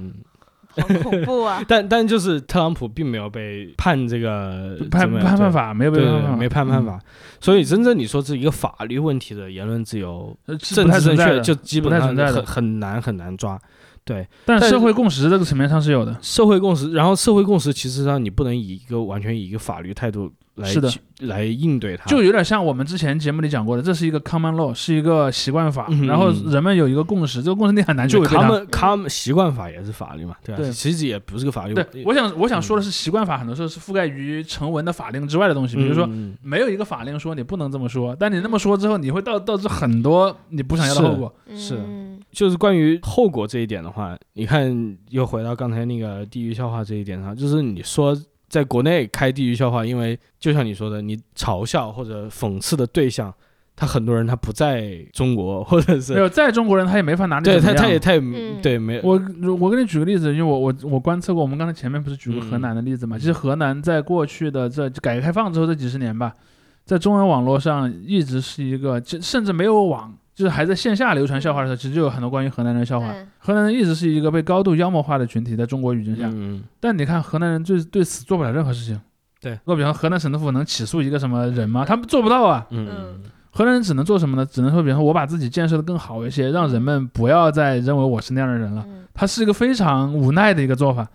好恐怖啊嗯 但但就是特朗普并没有被判这个判嗯怎么样判对判法没有被对判对法，对，没判判嗯，法。所以真正你说是一个法律问题的言论自由，呃是政不太治正存在确的。就基不本太上存在很的很难很难抓。对但但是社会共识这个层面上是有的。社会共识，然后社会共识其实上你不能以一个完全以一个法律态度来是的去来应对它，就有点像我们之前节目里讲过的，这是一个 common law，是一个习惯法，嗯然后人们有一个共识，这个共识你很难去违背他它。们他们习惯法也是法律嘛，对吧？对其实也不是个法律。对，我嗯想我想说的是，习惯法很多时候是覆盖于成文的法令之外的东西，比如说。嗯没有一个法令说你不能这么说，但你那么说之后，你会导导致很多你不想要的后果。是嗯就是关于后果这一点的话，你看又回到刚才那个地域笑话这一点上，就是你说在国内开地域笑话，因为就像你说的，你嘲笑或者讽刺的对象，他很多人他不在中国，或者 没是有，在中国人他也没法拿你对怎么他样。他也他也嗯对没我我给你举个例子，因为我我我观测过，我们刚才前面不是举过河嗯南的例子嘛？其实河南在过去的这改革开放之后这几十年吧，在中文网络上一直是一个，就甚至没有网，就是还在线下流传笑话的时候，其实就有很多关于河南人的笑话对。河南人一直是一个被高度妖魔化的群体，在中国语境下。嗯但你看河南人对对此做不了任何事情。对如果比方河南省政府能起诉一个什么人吗？他们做不到啊。嗯嗯河南人只能做什么呢？只能说，比方说我把自己建设的更好一些，让人们不要再认为我是那样的人了。嗯它是一个非常无奈的一个做法。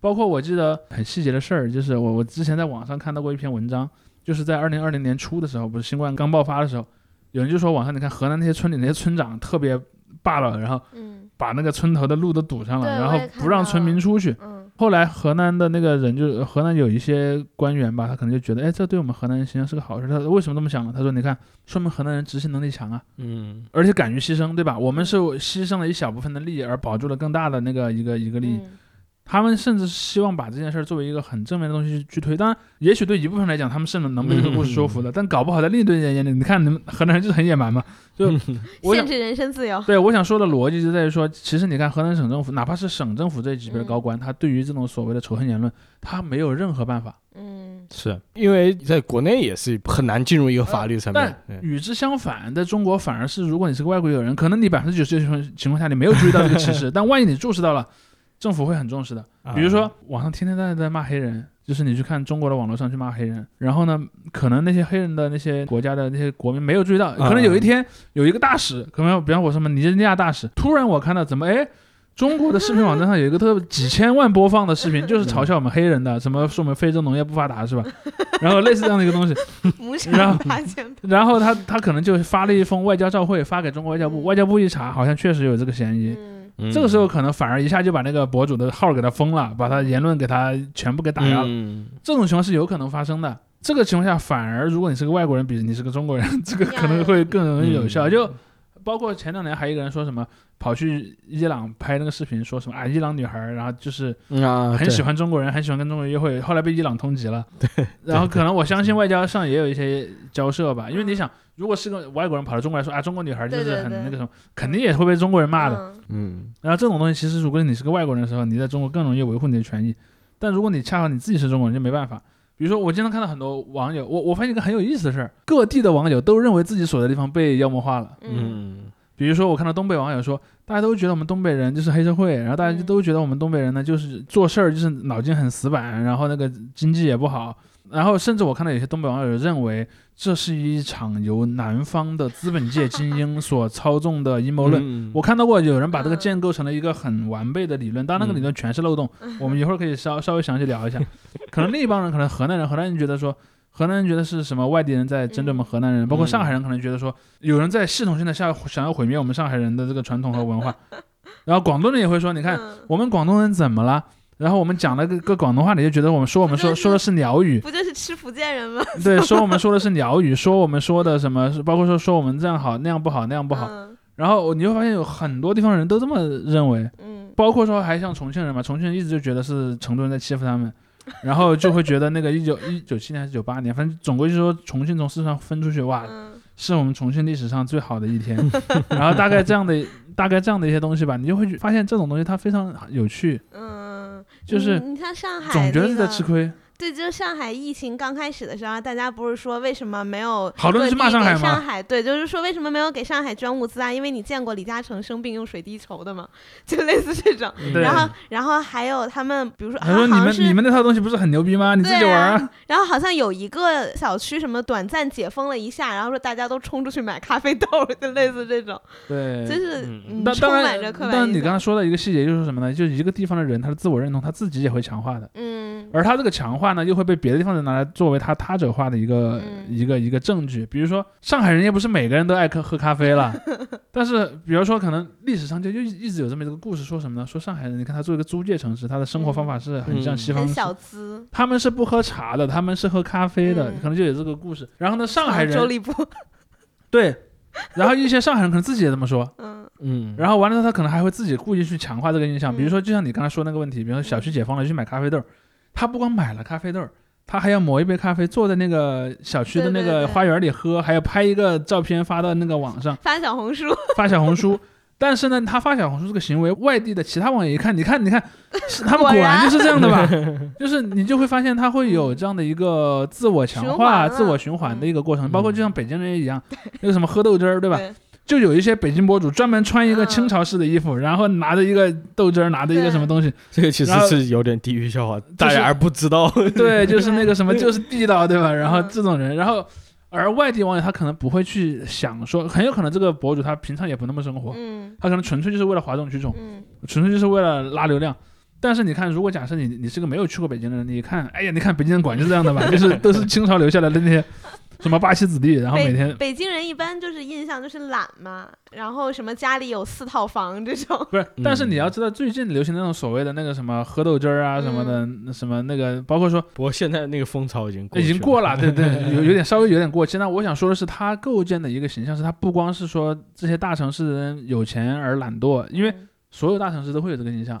包括我记得很细节的事儿，就是我我之前在网上看到过一篇文章，就是在二零二零年初的时候，不是新冠刚爆发的时候，有人就说网上你看河南那些村里那些村长特别霸道，然后嗯把那个村头的路都堵上了，对然我后也看不让到村民了出去。嗯后来河南的那个人就河南有一些官员吧，他可能就觉得，哎，这对我们河南人形象是个好事。他为什么这么想呢？他说，你看，说明河南人执行能力强啊，嗯而且敢于牺牲，对吧？我们是牺牲了一小部分的利益，而保住了更大的那个一个一个利益。嗯他们甚至希望把这件事儿作为一个很正面的东西去去推。当然，也许对一部分人来讲，他们是能能被这个故事说服的，但搞不好在另一堆人眼里，你看你们河南人就是很野蛮嘛。就我想限制人身自由。对，我想说的逻辑就在于说，其实你看河南省政府，哪怕是省政府这级别的高官，他对于这种所谓的仇恨言论，他没有任何办法。 嗯是因为在国内也是很难进入一个法律层面但，对与之相反，在中国反而是，如果你是个外国友人，可能你百分之九十九情况下你没有注意到这个歧视，但万一你注视到了，政府会很重视的。啊比如说，网上天天在在骂黑人，就是你去看中国的网络上去骂黑人，然后呢，可能那些黑人的那些国家的那些国民没有注意到，嗯可能有一天有一个大使，可能比方我什么尼日利亚大使，突然我看到怎么哎。中国的视频网站上有一个特别几千万播放的视频， 就是嘲笑我们黑人的，什么说我们非洲农业不发达是吧？ 然后类似这样的一个东西，无然后偿发现然后他他可能就发了一封外交照会发给中国外交部，外交部一查，好像确实有这个嫌疑，嗯嗯这个时候可能反而一下就把那个博主的号给他封了，把他言论给他全部给打压了。嗯这种情况是有可能发生的。这个情况下，反而如果你是个外国人，比你是个中国人， 这个可能会更容易有效。嗯就包括前两年还有一个人说什么跑去伊朗拍那个视频，说什么啊伊朗女孩儿，然后就是嗯啊，很喜欢欢中国人，很喜欢跟中国人约会，后来被伊朗通 缉了。对，然后可能我相信外交上也有一些交涉吧，因为你想，如果是个外国人跑到中国来说啊中国女孩儿就对是对很对那个什么，肯定也会被中国人骂的。的。嗯然后这种东西，其实如果你是个外国人的时候，你在中国更容易维护你的权益。但如果你恰好你自己是中国人，就没办法。比如说，我经常看到很多网友，我我发现一个很有意思的事儿，各地的网友都认为自己所在的地方被妖魔化了。嗯比如说，我看到东北网友说，大家都觉得我们东北人就是黑社会，然后大家就嗯都觉得我们东北人呢就是做事儿就是脑筋很死板，然后那个经济也不好，然后甚至我看到有些东北网友认为这是一场由南方的资本界精英所操纵的阴谋论。嗯我看到过有人把这个嗯建构成了一个很完备的理论，当然那嗯个理论全是漏洞，我们一会儿可 以稍稍微详细聊一下。可能另一帮人，可能河南人，河南人觉得说，河南人觉得是什么外地人在针对我们河南人，包括上海人可能觉得嗯说，有人在系统性的下想要毁灭我们上海人的这个传统和文 化。然后广东人也会说，你看嗯我们广东人怎么了？然后我们讲了个个广东话，你就觉得我们说我们说说的是鸟 语，不就是吃福建人吗？对，说我们说的是鸟语，说我们说的什么，包括说说我们这样好那样不好那样不好。嗯然后你会发现有很多地方人都这么认为，嗯包括说还像重庆人嘛，重庆人一直就觉得是成都人在欺负 他们，然后就会觉得那个一九一九七年还是九八年，反正总归就是说重庆从世上分出去，哇，嗯是我们重庆历史上最好的一 天。然后大概这样的大概这样的一些东西吧，你就会发现这种东西它非常有趣，嗯，就是你你像上海、那总个，觉得是在吃亏。对，就是上海疫情刚开始的时候，啊大家不是说为什么没有好多人去骂各上地海给吗上海对，就是说为什么没有给上海捐物资啊？因为你见过李嘉诚生病用水滴筹的吗？就类似这种。嗯对嗯然后，然后还有他们，比如说，啊他说好你像们是你们那套东西不是很牛逼吗？你自己对玩啊啊。然后好像有一个小区什么短暂解封了一下，然后说大家都冲出去买咖啡豆，就类似这种，对，就是嗯嗯但充当满然着刻，但板你印刚象才。说到一个细节，就是什么呢？就是一个地方的人，他的自我认同，他自己也会强化的。嗯而他这个强化呢，又会被别的地方人拿来作为他他者化的一个、嗯一个一个证据。比如说，上海人也不是每个人都爱喝喝咖啡 了，但是比如说，可能历史上就就一直有这么一个故事，说什么呢？说上海人，你看他作为一个租界城市，他的生活方法是很像嗯西方很式，小资，他们是不喝茶的，他们是喝咖啡的，嗯可能就有这个故事。然后呢，上海啊周人立波，对，然后一些上海人可能自己也这么说，嗯嗯，然后完了之后，他可能还会自己故意去强化这个印象，比如说，就像你刚才说那个问题，比如说小区解封了去买咖啡豆儿，他不光买了咖啡豆儿，他还要磨一杯咖啡，坐在那个小区的那对对个对花园里喝，还要拍一个照片发到那个网上，发小红书，发小 红书。但是呢，他发小红书这个行为，外地的其他网友一看，你看，你看，是他们果果然然就是这样的吧？ 就是你就会发现他会有这样的一个自我强循化、环了自我循环的一个过程，包括嗯就像北京人一样，那个什么喝豆汁儿，对吧？对就有一些北京博主专门穿一个嗯清朝式的衣服，然后拿着一个豆汁儿，拿着一个什么东西，这个其实然后是有点地域笑话，大是家而不知道。 对，就是那个什么，就是地道，对吧？然后嗯这种人，然后而外地网友他可能不会去想说，很有可能这个博主他平常也不那么生活，嗯他可能纯粹就是为了哗众取宠，嗯纯粹就是为了拉流量。但是你看，如果假设你你是个没有去过北京的人，你一看，哎呀，你看北京人管就是这样的吧，就是都是清朝留下来的那些什么八旗子弟，然后每 天北京人一般就是印象就是懒嘛，然后什么家里有四套房这种，不是，但是嗯你要知道，最近流行的那种所谓的那个什么喝豆汁儿啊什么的，嗯那什么那个，包括说不过现在那个风潮已经已经去过了，对对，有有点稍微有点过期。那我想说的是，他构建的一个形象是，他不光是说这些大城市的人有钱而懒惰，因为所有大城市都会有这个 形象。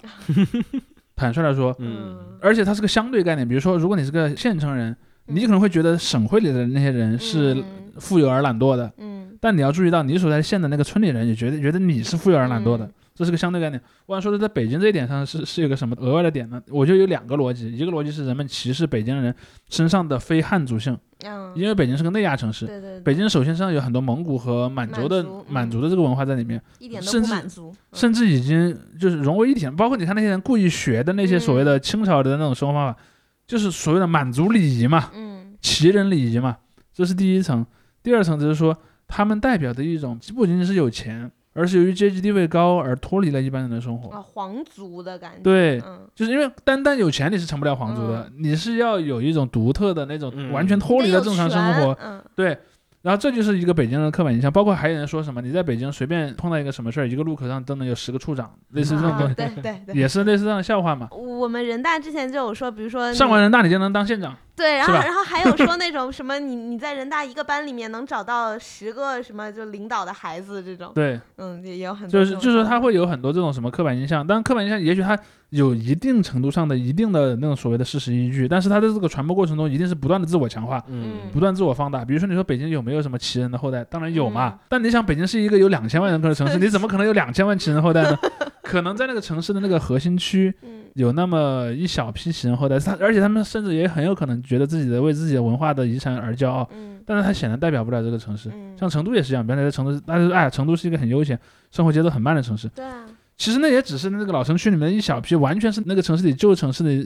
坦率来说，嗯，而且它是个相对概念。比如说，如果你是个县城人，你可能会觉得省会里的那些人是嗯富有而懒惰的，嗯但你要注意到，你所在县的那个村里人也觉得觉得你是富有而懒惰的嗯，这是个相对概念。我想说的，在北京这一点上是是有个什么额外的点呢？我就有两个逻辑，一个逻辑是人们歧视北京人身上的非汉族性，嗯，因为北京是个内亚城市，对对，对北京首先身上有很多蒙古和满洲的满族嗯满族的这个文化在里面，一点都甚不至满足，嗯甚至已经就是融为一体了。包括你看那些人故意学的那些所谓嗯的清朝的那种生活方法，就是所谓的满族礼仪嘛。嗯旗人礼仪嘛，这是第一层。第二层就是说，他们代表的一种不仅仅是有钱，而是由于阶级地位高而脱离了一般人的生活。啊皇族的感觉，对嗯，就是因为单单有钱你是成不了皇族的，你是要有一种独特的那种嗯完全脱离得了有正常生权活。嗯对，然后这就是一个北京人的刻板印象。包括还有人说什么，你在北京随便碰到一个什么事儿，一个路口上都能有十个处长，类似这种啊东西，对对对。也是类似这样的笑话嘛。我们人大之前就有说，比如说上你完人大你就能当县长，对，然是后吧然后还有 说那种什么你，你在人大一个班里面能找到十个什么就领导的孩子这种，对，嗯，也也有很多这就是种就说是法他会有很多这种什么刻板印象，但刻板印象也许它有一定程度上的一定的那种所谓的事实依据，但是它在这个传播过程中一定是不断的自我强化。嗯不断自我放大，比如说你说北京有没有什么奇人的后代？当然有嘛。嗯但你想，北京是一个有两千万人口的 城市，你怎么可能有两千万奇人后代呢？可能在那个城市的那个核心区嗯有那么一小批奇人后代，他而且他们甚至也很有可能觉得自己的为自己的文化的遗产而骄傲，嗯但是他显然代表不了这个城市。嗯，像成都也是一样，原来在成都，大家说哎，成都是一个很悠闲、生活节奏很慢的城市。对啊，其实那也只是那个老城区里面一小批，完全是那个城市里旧城市里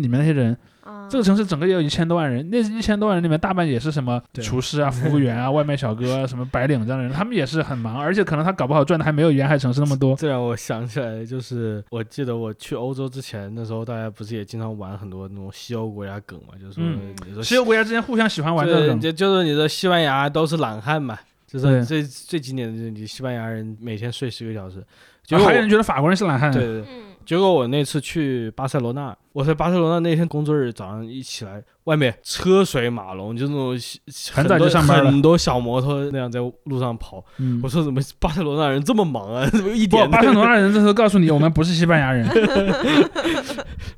里面那些人，啊这个城市整个也有一千多万人，那一千多万人里面，大半也是什么对厨师啊、服务 员啊、外卖小哥、啊、什么白领这样的人，他们也是很忙，而且可能他搞不好赚的还没有沿海城市那么多。这让我想起来，就是我记得我去欧洲之前，那时候大家不是也经常玩很多那种西欧国家梗嘛，就是说嗯你说西欧国家之间互相喜欢玩这个对，梗，就就是你说西班牙都是懒汉嘛，就是对最最经典的就是你西班牙人每天睡十个小时，结就果我、啊还有人觉得法国人是懒汉。啊对对对，嗯，结果我那次去巴塞罗那，我在巴塞罗那那天工作日早上一起来，外面车水马龙，就那种西很早多就上班了很多小摩托那样在路上跑。嗯我，说怎么巴塞罗那人这么忙啊？怎么一 不，点 巴塞罗那人这时候告诉你，我们不是西班牙人。那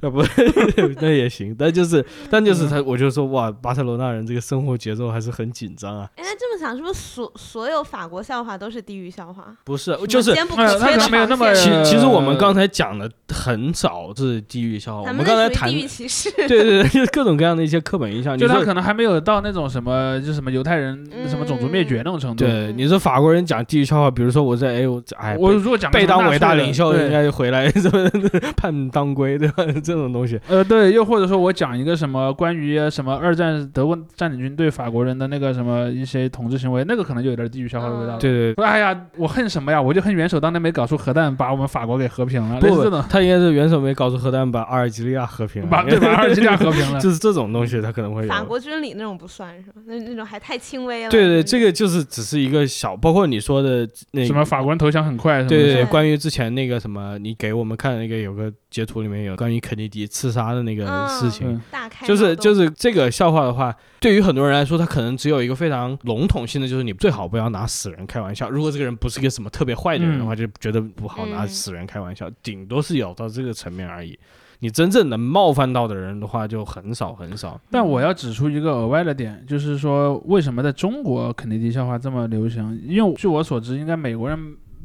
呃不 那也行，但就是但嗯就是他，我就说哇，巴塞罗那人这个生活节奏还是很紧张啊。哎，那这么想，是不是所所有法国笑话都是地域笑话？不是，啊就是坚不哎可那摧可的能没有那防线么其其实我们呃刚才讲的很少是地域笑话，我咱们们刚才那属于谈地域歧视。对对对， 就是各种各样的一些刻板印象。就你他说可能还没有到那种什么，就是什么犹太人嗯什么种族灭绝那种程度。对，你说法国人讲地域笑话，比如说我在哎嗯我哎我被如果讲个被什么当纳伟粹大的领袖，对人家就回来 什么判当归对吧？ 这种东西，呃，对，又或者说我讲一个什么关于什么二战德国占领军对法国人的那个什么一些统治行为，那个可能就有点地域消化的味道了。对对说哎呀，我恨什么呀？我就恨元首当年没搞出核弹把我们法国给和平了，类似不这种，，他应该是元首没搞出核弹，把阿尔及利亚和平了，啊把 对把阿尔及利亚和平了。就是这种东西，他可能会有法国军礼那种不算是吧？那那种还太轻微了。哎嗯对对，这个就是只是一个小，包括你说的那个什么法国人投降很快什么对对的对，对关于之前那个什么，你给我们看的那个有个截图，里面有关于肯尼迪刺杀的那个事情，嗯大开就是就是是这个笑话的话，对于很多人来说，他可能只有一个非常笼统性的，就是你最好不要拿死人开玩笑。如果这个人不是一个什么特别坏的人的话，就觉得不好拿嗯死人开玩笑，顶多是有到这个层面而已。你真正能冒犯到的人的话，就很少很少。但我要指出一个额外的点，就是说为什么在中国肯尼迪笑话这么流行？因为据我所知，应该美国人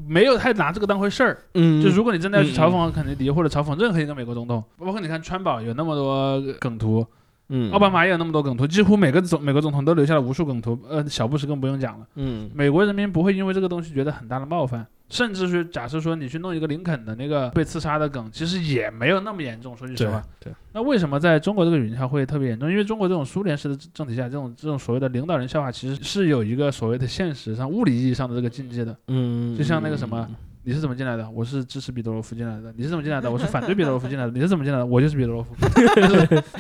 没有太拿这个当回事儿。嗯就如果你真的要去嗯嘲讽肯尼迪或者嘲讽任何一个美国总统，包括你看川宝有那么多梗图，嗯奥巴马也有那么多梗图，几乎每个总美国总统都留下了无数梗图。呃，小布什更不用讲了。嗯美国人民不会因为这个东西觉得很大的冒犯，甚至是假设说你去弄一个林肯的那个被刺杀的梗，其实也没有那么严重。说句实对话，对那为什么在中国这个语言上会特别严重？因为中国这种苏联式的政体下，这种这种所谓的领导人笑话，其实是有一个所谓的现实上物理意义上的这个禁忌的。嗯，就像那个什么你是怎么进来的？我是支持彼得罗夫进来的。你是怎么进 来的？我是反对彼得罗夫进来的。你是怎么进来的？我就是彼得罗夫。 就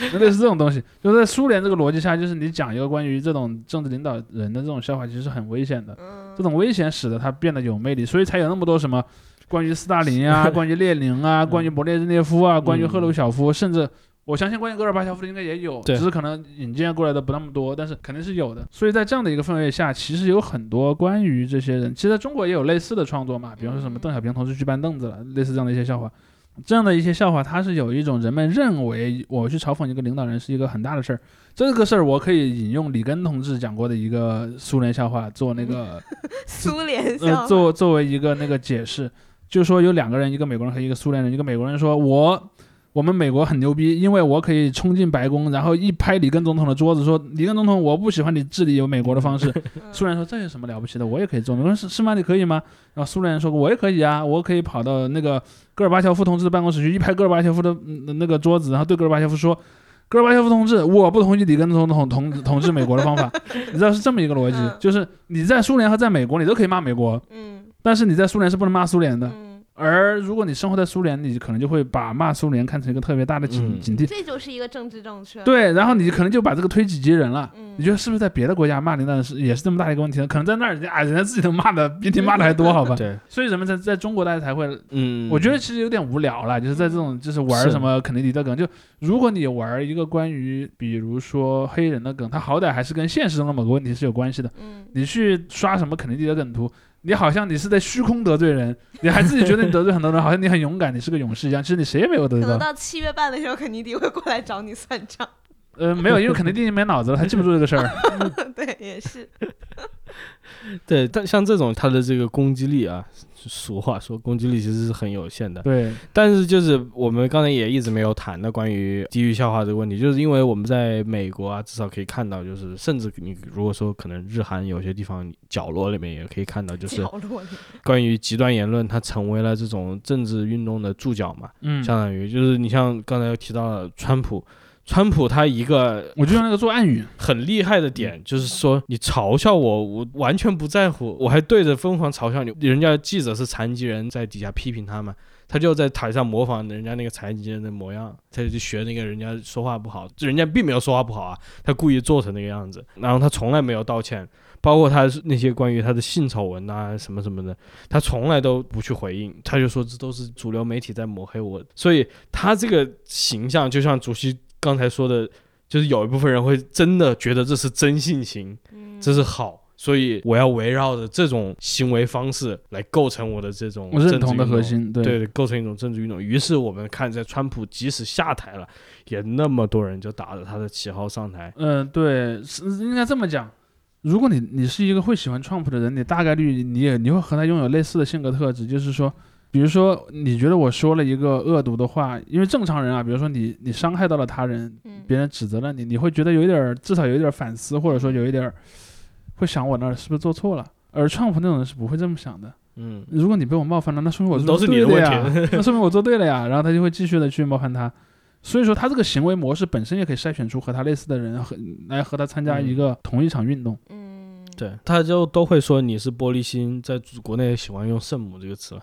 是类似这种东西， 就在苏联这个逻辑下，就是你讲一个关于这种政治领导人的这种笑话，其实是很危险的。嗯这种危险使得它变得有魅力，所以才有那么多什么关于斯大林啊、关于列宁啊、关于勃列日涅夫啊、关于赫鲁晓夫，甚至我相信关于戈尔巴乔夫的应该也有，对只是可能引荐过来的不那么多，但是肯定是有的。所以在这样的一个氛围下，其实有很多关于这些人，其实在中国也有类似的创作嘛，比方说什么邓小平同志去搬凳子了，类似这样的一些笑话。这样的一些笑话，它是有一种人们认为我去嘲讽一个领导人是一个很大的事儿。这个事儿我可以引用里根同志讲过的一个苏联笑话做那个苏联笑呃话，作作为一个那个解释，就是说有两个人，一个美国人和一个苏联人。一个美国人说我我们美国很牛逼，因为我可以冲进白宫，然后一拍里根总统的桌子说里根总统我不喜欢你治理有美国的 方式。嗯苏联说这有什么了不起的，我也可以做。美国人说是是吗？你可以吗？然后苏联人说我也可以啊，我可以跑到那个戈尔巴乔夫同志的办公室去，一拍戈尔巴乔夫的嗯那个桌子，然后对戈尔巴乔夫说。戈尔巴乔夫同志，我不同意里根总统统统治美国的方法， 你知道是这么一个逻辑嗯，就是你在苏联和在美国，你都可以骂美国，嗯但是你在苏联是不能骂苏联的。嗯，而如果你生活在苏联，你可能就会把骂苏联看成一个特别大的警、嗯警惕，这就是一个政治正啊确。，对，然后你可能就把这个推己及人了。嗯，你觉得是不是在别的国家骂领导人是也是这么大的一个问题呢？可能在那儿人家啊，人家自己都骂的比你骂的还多，好吧？对，所以人们在在中国大家才会，嗯，我觉得其实有点无聊了，就是在这嗯种就是玩是什么肯尼迪的梗，就如果你玩一个关于比如说黑人的梗，它好歹还是跟现实中的某个问题是有关系的。嗯，你去刷什么肯尼迪的梗图，你好像你是在虚空得罪人，你还自己觉得你得罪很多人，好像你很勇敢，你是个勇士一样。其实你谁也没有得可罪能到。到七月半的时候，肯尼迪会过来找你算账。 呃，没有，因为肯尼迪已经没脑子了，他记不住这个事儿。对，也是。对，但像这种他的这个攻击力啊，俗话说攻击力其实是很有限的。对，但是就是我们刚才也一直没有谈的关于地域笑话这个问题，就是因为我们在美国啊，至少可以看到，就是甚至你如果说可能日韩有些地方角落里面也可以看到， 就是角落里，关于极端言论，它成为了这种政治运动的注脚嘛，嗯，相当于就是你像刚才又提到了川普。川普他一个我就让那个做暗语，很厉害的点，就是说你嘲笑我，我完全不在乎，我还对着疯狂嘲笑你。人家记者是残疾人，在底下批评他们，他就在台上模仿人家那个残疾人的模样，他就学那个人家说话不好，人家并没有说话不好啊，他故意做成那个样子，然后他从来没有道歉。包括他那些关于他的性丑闻啊什么什么的，他从来都不去回应，他就说这都是主流媒体在抹黑我，所以他这个形象就像主席刚才说的，就是有一部分人会真的觉得这是真性情，这是嗯好，所以我要围绕着这种行为方式来构成我的这种我认政治同的运核动。心，对，对，构成一种政治运动。于是我们看，在川普即使下台了，也那么多人就打着他的旗号上台。嗯、对，是应该这么讲。如果你你是一个会喜欢 Trump 的人，你大概率你也你会和他拥有类似的性格特质，就是说，比如说你觉得我说了一个恶毒的话，因为正常人啊，比如说你你伤害到了他人，嗯别人指责了你，你会觉得有一点儿，至少有一点儿反思，或者说有一点儿会想我那儿是不是做错了。而 Trump 那种人是不会这么想的。嗯，如果你被我冒犯了，那说明我都是你对的的问呀，那说明我做对了呀。然后他就会继续的去冒犯他。所以说，他这个行为模式本身也可以筛选出和他类似的人，和来和他参加一个同一场运动。嗯，对，他就都会说你是玻璃心，在国内喜欢用圣母这个词，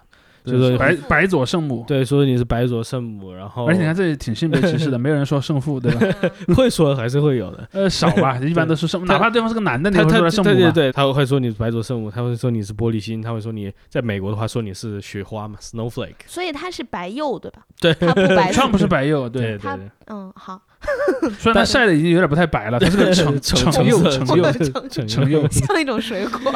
就对是白白左圣母，对，哦说你是白左圣母，然后而且你看这也挺性别歧视 的，没有人说圣父，对吧？会说还是会有的。呃，少 吧，一般都是圣，他哪怕对方是个男的，你他也会他对说他圣母吧。对对，他会说你是白左圣母，他会说你是玻璃心，他会说你在美国的话说你是雪花嘛，snowflake。所以他是白右对吧？对他不白 Trump 是白右，对，对他对， 嗯，好，虽然他晒的已经有点不太白了，他是个橙 橙橙柚色橙 柚，橙橙橙 柚像一种水果。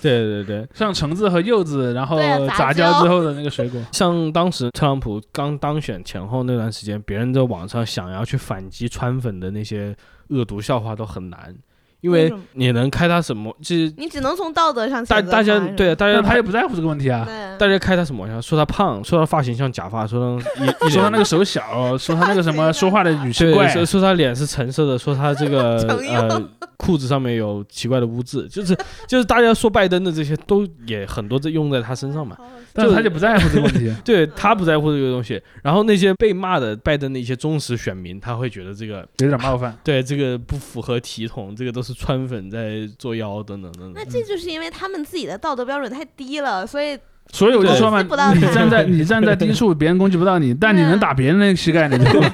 对对对，像橙子和柚子，然后对啊杂杂交交之后的那个水果。像当时特朗普刚当选前后那段时间，别人在网上想要去反击川粉的那些恶毒笑话都很难，因为为什么你能开他什么？这你只能从道德上大谴责大家他是吧啊对大家但他也不在乎这个问题啊，对大家开他什么玩笑？说他胖，说他发型像假发，说他一一说他脸那个手小，说他那个什么说话的语气对，怪，说说他脸是橙色的，说他这 个成用呃裤子上面有奇怪的污渍，就是就是大家说拜登的这些都也很多在用在他身上嘛。好好笑但是他就不在乎这个 问题。对他不在乎这个东西，然后那些被骂的拜登的一些忠实选民，他会觉得这个有点冒犯，对这个不符合体统，这个都是川粉在作妖等等等那等。这就是因为他们自己的道德标准太低了，所以所以我就说嘛对不到，你他站在你站在低处，别人攻击不到你，但你能打别人那个膝盖，你知道吗？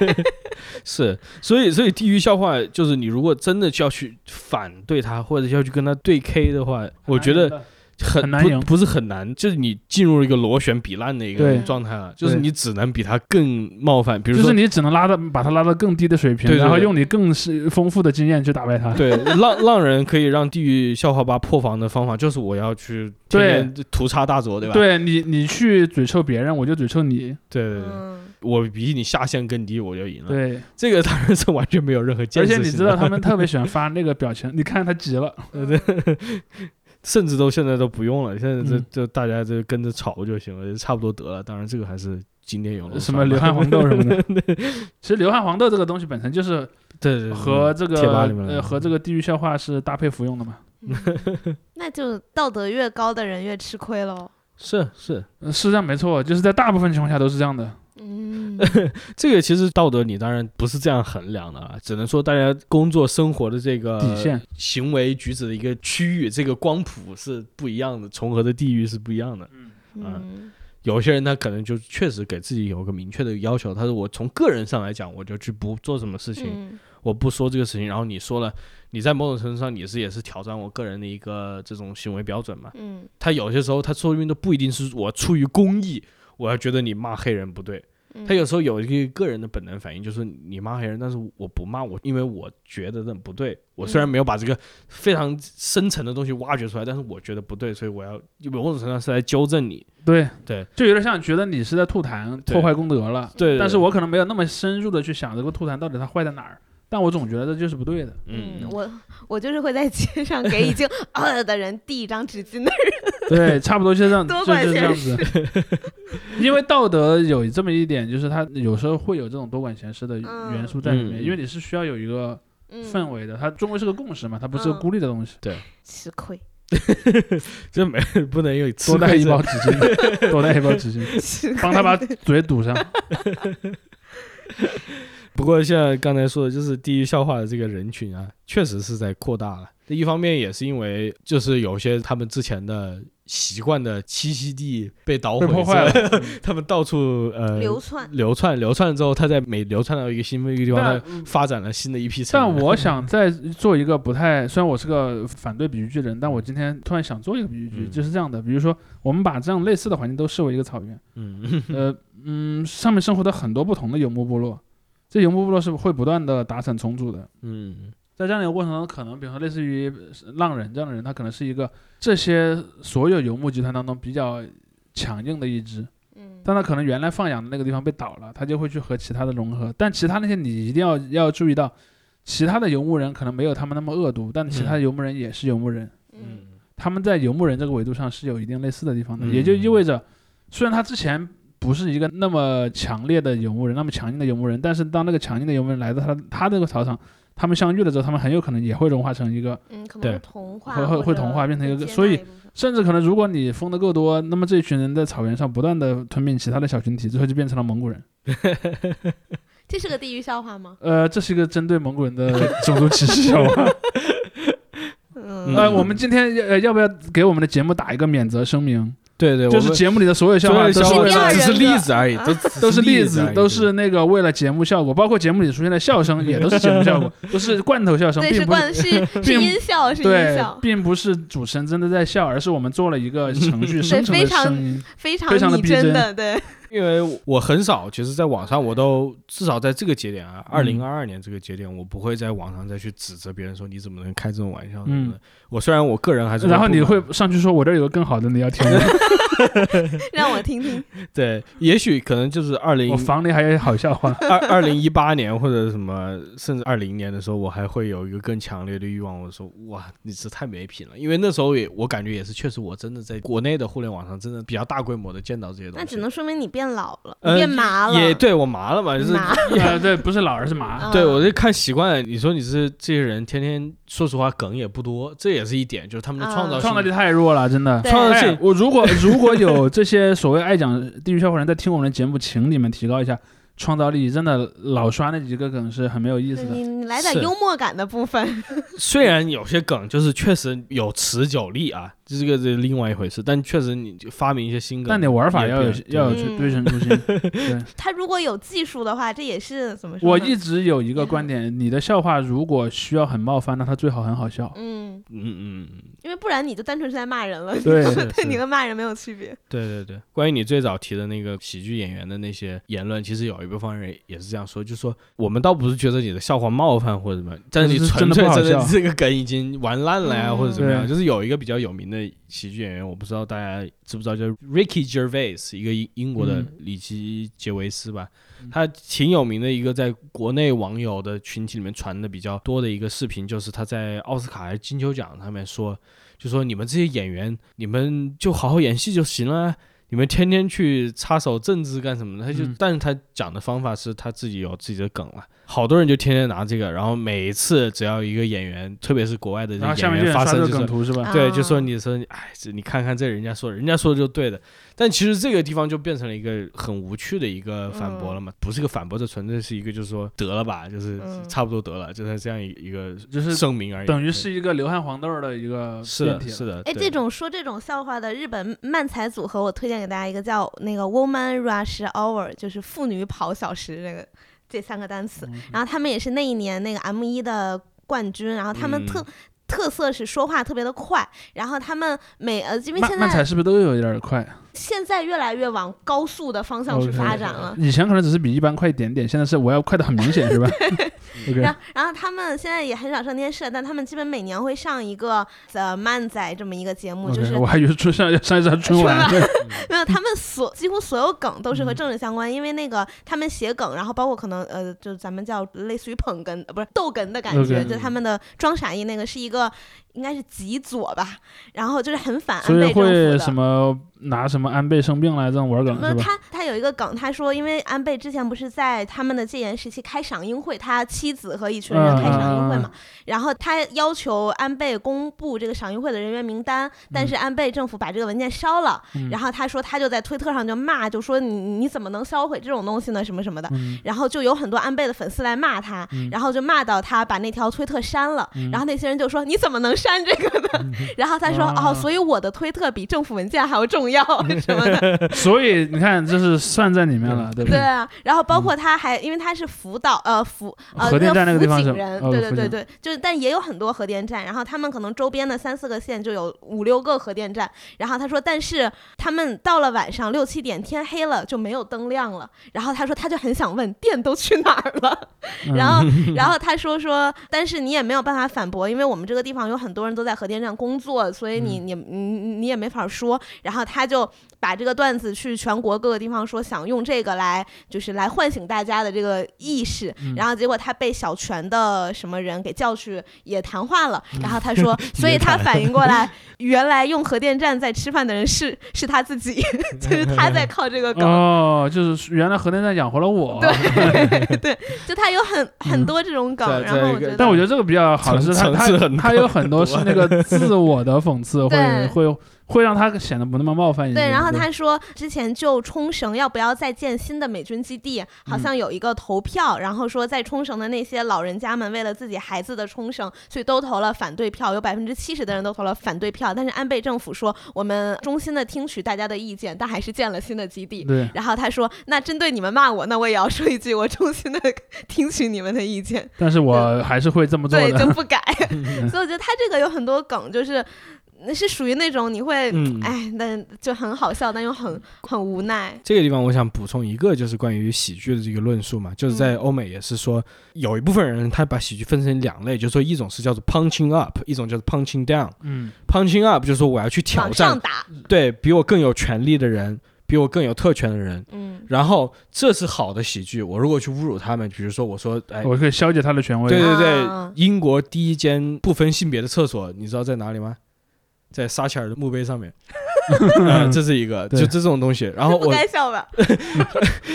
是，所以所以地域笑话就是你如果真的要去反对他，或者要去跟他对 K 的话， 我觉得很很难不赢不是很难，就是你进入一个螺旋比烂的一个对状态了，就是对你只能比他更冒犯，比如就说是你只能拉到把他拉到更低的水对平，对然后对用你更是丰富的经验去打败他。对 浪浪人可以让地狱笑话吧破防的方法，就是我要去天天屠杀大佐，对吧？对你，你去嘴臭别人，我就嘴臭你。对对对，嗯，我比你下限更低，我就赢了。对，这个当然是完全没有任何建而设性且的，你知道他们特别喜欢发那个表情，你看他急了， 甚至都现在都不用了，现在这嗯就大家就跟着炒就行了，就差不多得了。当然这个还是经典有呃什么流 汗黄豆什么的。 其实流汗黄豆这个东西本身就是对对对和这贴个吧里面来呃的和这个地狱笑话是搭配服用的嘛。嗯那就道德越高的人越吃亏喽。是是呃是这样没错，就是在大部分情况下都是这样的。嗯，这个其实道德你当然不是这样衡量的了，只能说大家工作生活的这个底线、行为举止的一个区域，这个光谱是不一样的，重合的地域是不一样的。嗯，有些人他可能就确实给自己有个明确的要求，他说我从个人上来讲，我就去不做什么事情，嗯，我不说这个事情。然后你说了，你在某种程度上你是也是挑战我个人的一个这种行为标准嘛。嗯，他有些时候他说不定都不一定是我出于公益，我要觉得你骂黑人不对。嗯他有时候有一个个人的本能反应，就是你骂黑人，但是我不骂我，因为我觉得那不对。我虽然嗯没有把这个非常深层的东西挖掘出来，但是我觉得不对，所以我要某种程度上是来纠正你。对对，就有点像觉得你是在吐痰，对破坏功德了。对对但是对我可能没有那么深入的去想这个吐痰到底它坏在哪儿，但我总觉得这就是不对的。嗯，我我就是会在街上给已经饿的人递一张纸巾的人。 对，差不多就这样，多就管就是这样闲子。 因为道德有这么一点，就是它有时候会有这种多管闲事的嗯元素在里面，嗯因为你是需要有一个嗯，氛围的，它终归是个共识嘛，它不是个嗯孤立的东西。吃亏，这没 不能有多带一包纸 巾，多带一包纸巾，吃亏帮他把嘴堵上。不过像刚才说的，就是地域笑话的这个人群啊，确实是在扩大了。这一方面也是因为，就是有些他们之前的习惯的栖息地被捣毁被破坏了，嗯他们到处呃 流窜。流窜流窜之后，他在每流窜到一个新的一个地方，但他嗯发展了新的一批成啊但员。我想再做一个不太，虽然我是个反对比喻句人，但我今天突然想做一个比喻句，嗯就是这样的，比如说我们把这样类似的环境都视为一个草原，嗯，呃嗯，上面生活的很多不同的游牧部落，这游牧部落是会不断的打散重组的。嗯在这样的一个过程中，可能比方说类似于浪人这样的人，他可能是一个这些所有游牧集团当中比较强硬的一支，嗯，但他可能原来放养的那个地方被倒了，他就会去和其他的融合。但其他那些你一定要要注意到，其他的游牧人可能没有他们那么恶毒，但其他的游牧人也是游牧人，嗯，他们在游牧人这个维度上是有一定类似的地方的，嗯也就意味着，虽然他之前。不是一个那么强烈的游牧人，那么强硬的游牧人，但是当那个强硬的游牧人来到他他这个草场，他们相遇了之后，他们很有可能也会融化成一个，嗯，可对能会同化会或会者会同化变成一个接纳所以部分甚至可能如果你封的够多，那么这群人在草原上不断的吞并其他的小群体，最后就变成了蒙古人。这是个地域笑话吗？呃，这是一个针对蒙古人的种族歧视笑 话。嗯呃，我们今天要呃要不要给我们的节目打一个免责声明？对对，就是节目里的所有笑话小都是是第二只是人例格子而已，啊都都都是例子，都是是那个为了节目效果，包括节目里出现的笑声也都是节目效果，都是罐头笑声，对，并是不是冠是是并音效，是音对效，，并不是主持人真的在笑，而是我们做了一个 程序生成非的常声音。非常非常地拟逼真真的，对，因为我很少，其实，在网上我都至少在这个节点啊，二嗯零二二年这个节点，我不会在网上再去指责别人说你怎么能开这种玩笑什么的。我虽然我个人还是嗯然后你不满会上去说：“我这儿有个更好的， 你要听吗？让我听听。对，也许可能就是二零我房里还有好笑话。二二零一八年或者什么，甚至二零年的时候，我还会有一个更强烈的欲望，我说哇，你这太没品了。因为那时候也我感觉也是，确实我真的在国内的互联网上真的比较大规模的见到这些东西。那只能说明你变老了，呃变麻了，也对我麻了嘛，就是麻。”呃， 对，不是老而是麻。啊对，我就看习惯了。你说你是这些人，天天说实话梗也不多，这也是一点，就是他们的创造啊性创造力太弱了，真的。对创造哎性，我如果如果有这些所谓爱讲地域笑话人在听我们的节目，请你们提高一下创造力。真的老刷那几个梗是很没有意思对的。你你来点是幽默感的部分，虽然有些梗就是确实有持久力啊，这个是另外一回事，但确实你就发明一些新梗，但你玩法要有也变嗯要有对对称初心。 对，他如果有技术的话，这也是怎么说我呢？一直有一个观点，你的笑话如果需要很冒犯，那它最好很好笑。嗯，嗯嗯嗯，因为不然你就单纯是在骂人了，对是 对是你跟骂人没有区别。对对对。关于你最早提的那个喜剧演员的那些言论，其实有一部分人也是这样说，就说我们倒不是觉得你的笑话冒犯或者什么，但是你就是纯真的粹不好真的笑这个梗已经玩烂了呀，嗯或者怎么样。对就是有一个比较有名的喜剧演员，我不知道大家知不知道，叫 Ricky Gervais，一个英英国的嗯里奇杰维斯吧。嗯他挺有名的一个在国内网友的群体里面传的比较多的一个视频，就是他在奥斯卡还是金球奖上面说，就说你们这些演员，你们就好好演戏就行了。啊你们天天去插手政治干什么呢？他就，嗯但是他讲的方法是他自己有自己的梗了。好多人就天天拿这个，然后每一次只要一个演员，特别是国外的然后下演面就员有发刷这声，个就梗是图是 吧？对，啊就说你说，哎，这你看看这人家说的，人家说的就对的，但其实这个地方就变成了一个很无趣的一个反驳了嘛，不是个反驳，这纯粹是一个就是说得了吧，就是嗯差不多得了，就是这样一一个就是声明而已，等于对是一个流汗黄豆儿的一个是变的，体了是的，哎，对这种说这种笑话的日本漫才组合，我推荐给大家一个叫那个 Woman Rush Hour，就是妇女跑小时这个这三个单嗯词。然后他们也是那一年那个 M 一的冠军，然后他们特、嗯特色是说话特别的快，然后他们每呃，因为慢现慢踩在哦是不是都有点儿快？现在越来越往高速的方哦向去 OK 发展了。以前可能只是比一般快一点点，现在是我要快的很明显，是吧 ？OK，然后，然后他们现在也很少上电视，但他们基本每年会上一个呃漫仔这么一个节目，就是 OK，我还以为春上要上一场春晚， 没有，他们所几乎所有梗都是和嗯政治相关，因为那个他们写梗，然后包括可能呃，就咱们叫类似于捧哏，呃不是逗哏的感觉 OK 就他们的装傻一那个是一个应该是极左吧，然后就是很反安 所以倍政府会的。什么拿什么安倍生病来这种玩梗没有是吧？他，他有一个梗，他说，因为安倍之前不是在他们的戒严时期开赏樱会，他妻子和已去的人开赏嗯嗯樱嗯会嗯嘛。然后他要求安倍公布这个赏樱会的人员名单，但是安倍政府把这个文件烧了。嗯然后他说他就在推特上就骂，就说你你怎么能销毁这种东西呢？什么什么的。嗯然后就有很多安倍的粉丝来骂他，嗯然后就骂到他把那条推特删了，嗯然后那些人就说你怎么能删这个呢？然后他说、啊哦，所以我的推特比政府文件还要重 要什么的，所以你看，这是算在里面了，对不嗯对？ 啊。然后包括他还因为他是福岛呃福呃核电站那个地方福是井人，哦对福对对井对，就是但也有很多核电站，然后他们可能周边的三四个县就有五六个核电站，然后他说，但是他们到了晚上六七点天黑了就没有灯亮了，然后他说他就很想问电都去哪儿了。 嗯然后，然后他说说，但是你也没有办法反驳，因为我们这个地方有很多人都在核电站工作，所以你你你你也没法说。然后他就把这个段子去全国各个地方说，想用这个来就是来唤醒大家的这个意识。然后结果他被小泉的什么人给叫去也谈话了。然后他说，所以他反应过来，原来用核电站在吃饭的人是是他自己，就是他在靠这 个搞。哦，就是原来核电站养活了我。对 对，就他有很很多这种梗，在然后在我觉得，但我觉得这个比较好的是他，层他层次他很他有很多是那个自我的 讽刺，会对会会让他显得不那么冒犯一点。对，然后他说之前就冲绳要不要再建新的美军基地，嗯好像有一个投票，然后说在冲绳的那些老人家们为了自己孩子的冲绳，所以都投了反对票，有百分之七十的人都投了反对票。但是安倍政府说我们衷心的听取大家的意见，但还是建了新的基地。对，然后他说：“那针对你们骂我，那我也要说一句，我衷心的 听取你们的意见。”但是我还是会这么做对，就的。不改。 所以我觉得他这个有很多梗，就是那是属于那种你 会，嗯哎，那就很好笑，但又很很无奈。这个地方我想补充一个，就是关于喜剧的这个论述嘛，就是嗯在欧美也是说，有一部分人他把喜剧分成两类，就是说一种是叫做 punching up，一种叫做 punching down。嗯 punching up 就是说我要去挑往上战打，对比我更有权利的人，比我更有特权的人。嗯，然后这是好的喜剧，我如果去侮辱他们，比如说我说，哎，我可以消解他的权威。对对对，啊英国第一间不分性别的厕所，你知道在哪里吗？在撒切尔的墓碑 上面，嗯这是一个，就对这种东西。然后不我该笑吧？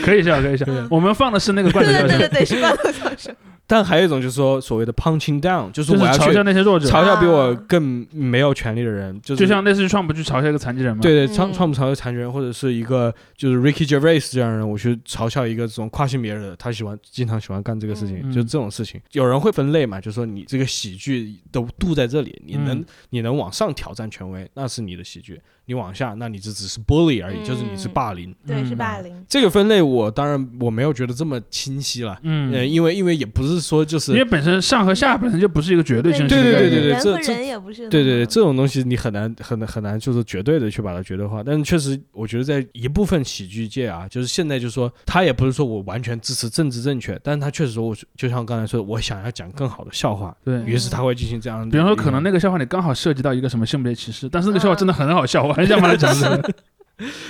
可以笑，可以笑嗯。我们放的是那个罐对头对对笑声对，对，是罐头笑声。但还有一种就是说所谓的 punching down，就是就是我要去嘲笑那些弱者，嘲笑比我啊更没有权利的人，就是就像类似于川普去嘲笑一个残疾人嘛。对对，嗯创创不嘲笑残疾人，或者是一个就是 Ricky Gervais 这样的人，我去嘲笑一个这种跨性别人，他喜欢经常喜欢干这个事情，嗯就这种事情，有人会分类嘛，就说你这个喜剧的度在这里，你能、嗯你能往上挑战权威，那是你的喜剧；你往下，那你这只是 bully 而已，就是你是嗯霸凌。对，是嗯霸凌。这个分类我当然我没有觉得这么清晰了，嗯，呃，因为因为也不是说就是因为本身上和下本身就不是一个绝对性对的对概对念对对人这和这人也不是那么。对对对，这种东西你很难很难很难就是绝对的去把它绝对化，但是确实我觉得在一部分喜剧界啊，就是现在就说他也不是说我完全支持政治正确，但是他确实说我就像刚才说的，我想要讲更好的笑话，对嗯于是他会进行这样的。比方说，可能那个笑话你刚好涉及到一个什么性别歧视，但是那个嗯笑话真的很好笑，我很想把它讲出来。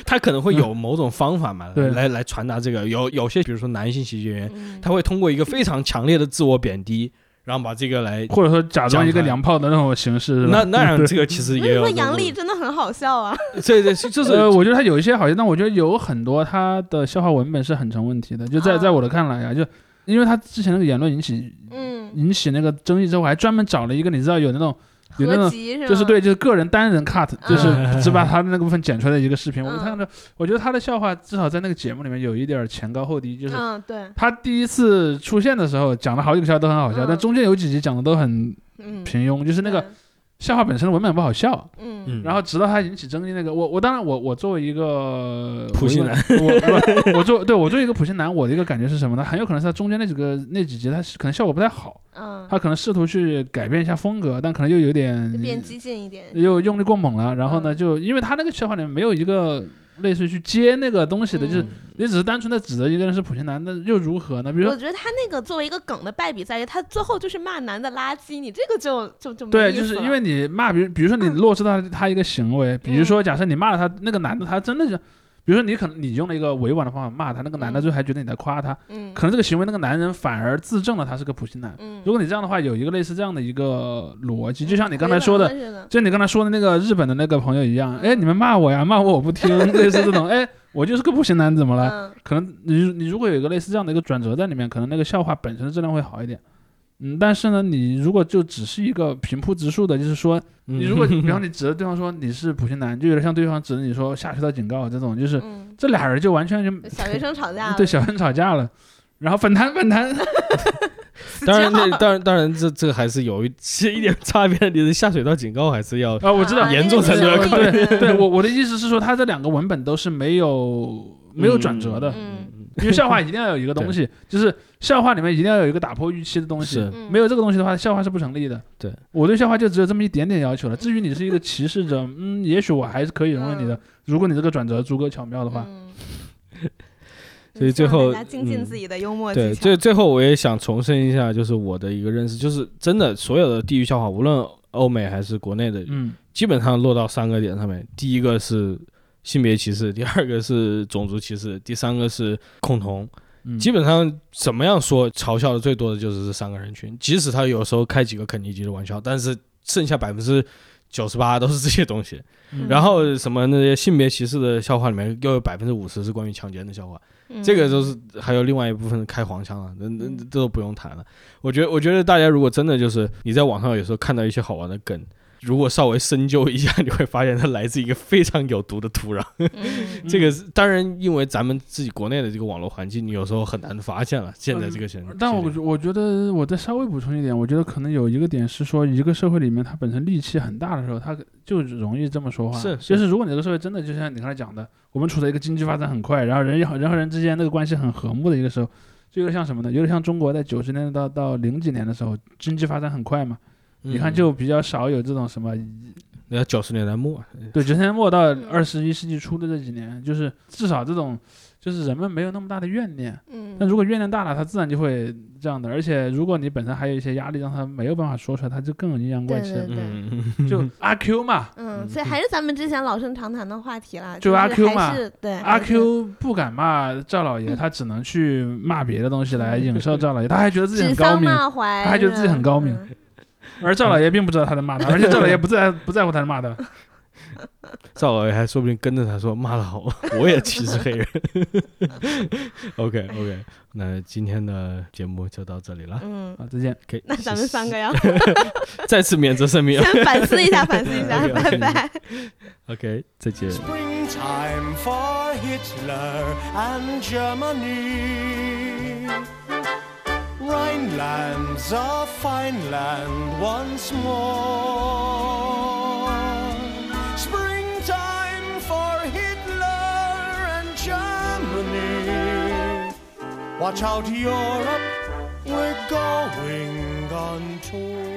他可能会有某种方法嘛，对来来传达这个。有有些比如说男性喜剧演员，嗯，他会通过一个非常强烈的自我贬低，然后把这个 来。或者说假装一个娘炮的那种形式。是吧那那样这个其实我也跟你有说，这种杨笠真的很好笑啊。对对，是就是呃，我觉得他有一些好笑，但我觉得有很多他的笑话文本是很成问题的。就在啊在我的看来啊，就因为他之前那个言论引起嗯，引起那个争议之后，还专门找了一个你知道有那种有那合种集是吗？就是对，就是个人单人 cut，嗯啊就是只把他的那个部分剪出来的一个视频。我嗯看着，我觉得他的笑话至少在那个节目里面有一点前高后低，就是嗯，对，他第一次出现的时候讲了好几个笑话都很好笑，嗯但中间有几集讲的都很嗯，平庸，就是那个笑话本身的文本不好笑。对，嗯嗯，然后直到他引起争议，那个我我当然我我作为一个普信男，我我我作对我作为一个普信男，我的一个感觉是什么呢？很有可能是他中间那几个那几集他是可能效果不太好，嗯，他可能试图去改变一下风格，但可能又有点就变激进一点。又用力过猛了。然后呢，嗯就因为他那个笑话里面没有一个类似于去接那个东西的，就是嗯你只是单纯的指责一个人是普信男，那又如何呢？比如说我觉得他那个作为一个梗的败笔在于，他最后就是骂男的垃圾，你这个就就就没对，意就思啊嗯是因了为你骂，比如比如说你落实到他一个行为，比嗯如说假设你骂了他那个男的，他真的是，比如说你可能你用了一个委婉的方法骂他，那个男的嗯最后还觉得你在夸他，嗯可能这个行为那个男人反而自证了他是个普信男。嗯，如果你这样的话，有一个类似这样的一个逻辑，就像你刚才说的的， 就你刚才说的那个日本的那个朋友一样，哎，你们骂我呀，骂我我不听，类似这种，哎，我就是个不行男，怎么了？嗯，可能你你如果有一个类似这样的一个转折在里面，可能那个笑话本身的质量会好一点。嗯，但是呢，你如果就只是一个平铺直述的，就是说，嗯你 如果比方你指着对方说你是普信男，就有点像对方指着你说下水道警告这种，就是嗯，这俩人就完全就小学生吵架了，对小人吵架了，然后反弹 反弹，当然，那当然，当然，这这个还是有一是一点差别的。你的下水道警告还是要啊，我知道啊，严重那个程度要是高有对的对，我我的意思是说，它这两个文本都是没有没有转折的，嗯因为笑话一定要有一个东西，就是笑话里面一定要有一个打破预期的东西是。嗯没有这个东西的话，笑话是不成立的。对，我对笑话就只有这么一点点要求了。至于你是一个歧视者，嗯，也许我还是可以容忍你的嗯。如果你这个转折足够巧妙的话，嗯 所以最后希望大家精嗯进自己的幽默技对，巧。最最后我也想重申一下，就是我的一个认识，就是真的所有的地域笑话，无论欧美还是国内的，嗯基本上落到三个点上面：第一个是性别歧视，第二个是种族歧视，第三个是共同。嗯，基本上怎么样说嘲笑的最多的就是这三个人群，即使他有时候开几个肯尼基的玩笑，但是剩下百分之九十八都是这些东西。嗯然后什么那些性别歧视的笑话里面，又有百分之五十是关于强奸的笑话，嗯这个就是还有另外一部分开黄腔了，那那这都不用谈了。我觉得，我觉得大家如果真的就是你在网上有时候看到一些好玩的梗，如果稍微深究一下，你会发现它来自一个非常有毒的土壤。 嗯这个是当然，因为咱们自己国内的这个网络环境，你有时候很难发现了。现嗯在这个现象，但我我觉得我再稍微补充一点，我觉得可能有一个点是说，一个社会里面它本身戾气很大的时候，它就容易这么说话。是就是是如果你这个社会真的就像你刚才讲的，我们处在一个经济发展很快，然后人和人和人之间那个关系很和睦的一个时候，就有点像什么呢？有点像中国在九十年代到到零几年的时候，经济发展很快嘛，你嗯看就比较少有这种什么那九十年代末，对，九十年代末到嗯二十一世纪初的这几年，就是至少这种，就是人们没有那么大的怨念。嗯，那如果怨念大了，他自然就会这样的。而且如果你本身还有一些压力，让他没有办法说出来，他就更阴阳怪气了。对嗯，就阿 Q 嘛，嗯，所以还是咱们之前老生常谈的话题啦，就是阿 Q 嘛还是对阿还是 Q 不敢骂赵 老爷，他只能去骂别的东西来影射赵老爷。他还觉得自己指很高桑明，骂槐，他还觉得自己很高明嗯而赵老爷并不知道他在骂他，而且赵老爷不在不在乎 他骂他。赵老爷还说不定跟着他说骂的好， 我也歧视黑人。OK OK，那今天的节目就到这里了。嗯，啊，再见。 OK，那咱们三个要再次免责声明。啊 先反思一 下，反思一下，拜 OK，OK 拜。 OK，再见。 Springtime for Hitler and Germany. Rhineland's a fine land once more. Springtime for Hitler and Germany. Watch out, Europe, we're going on tour.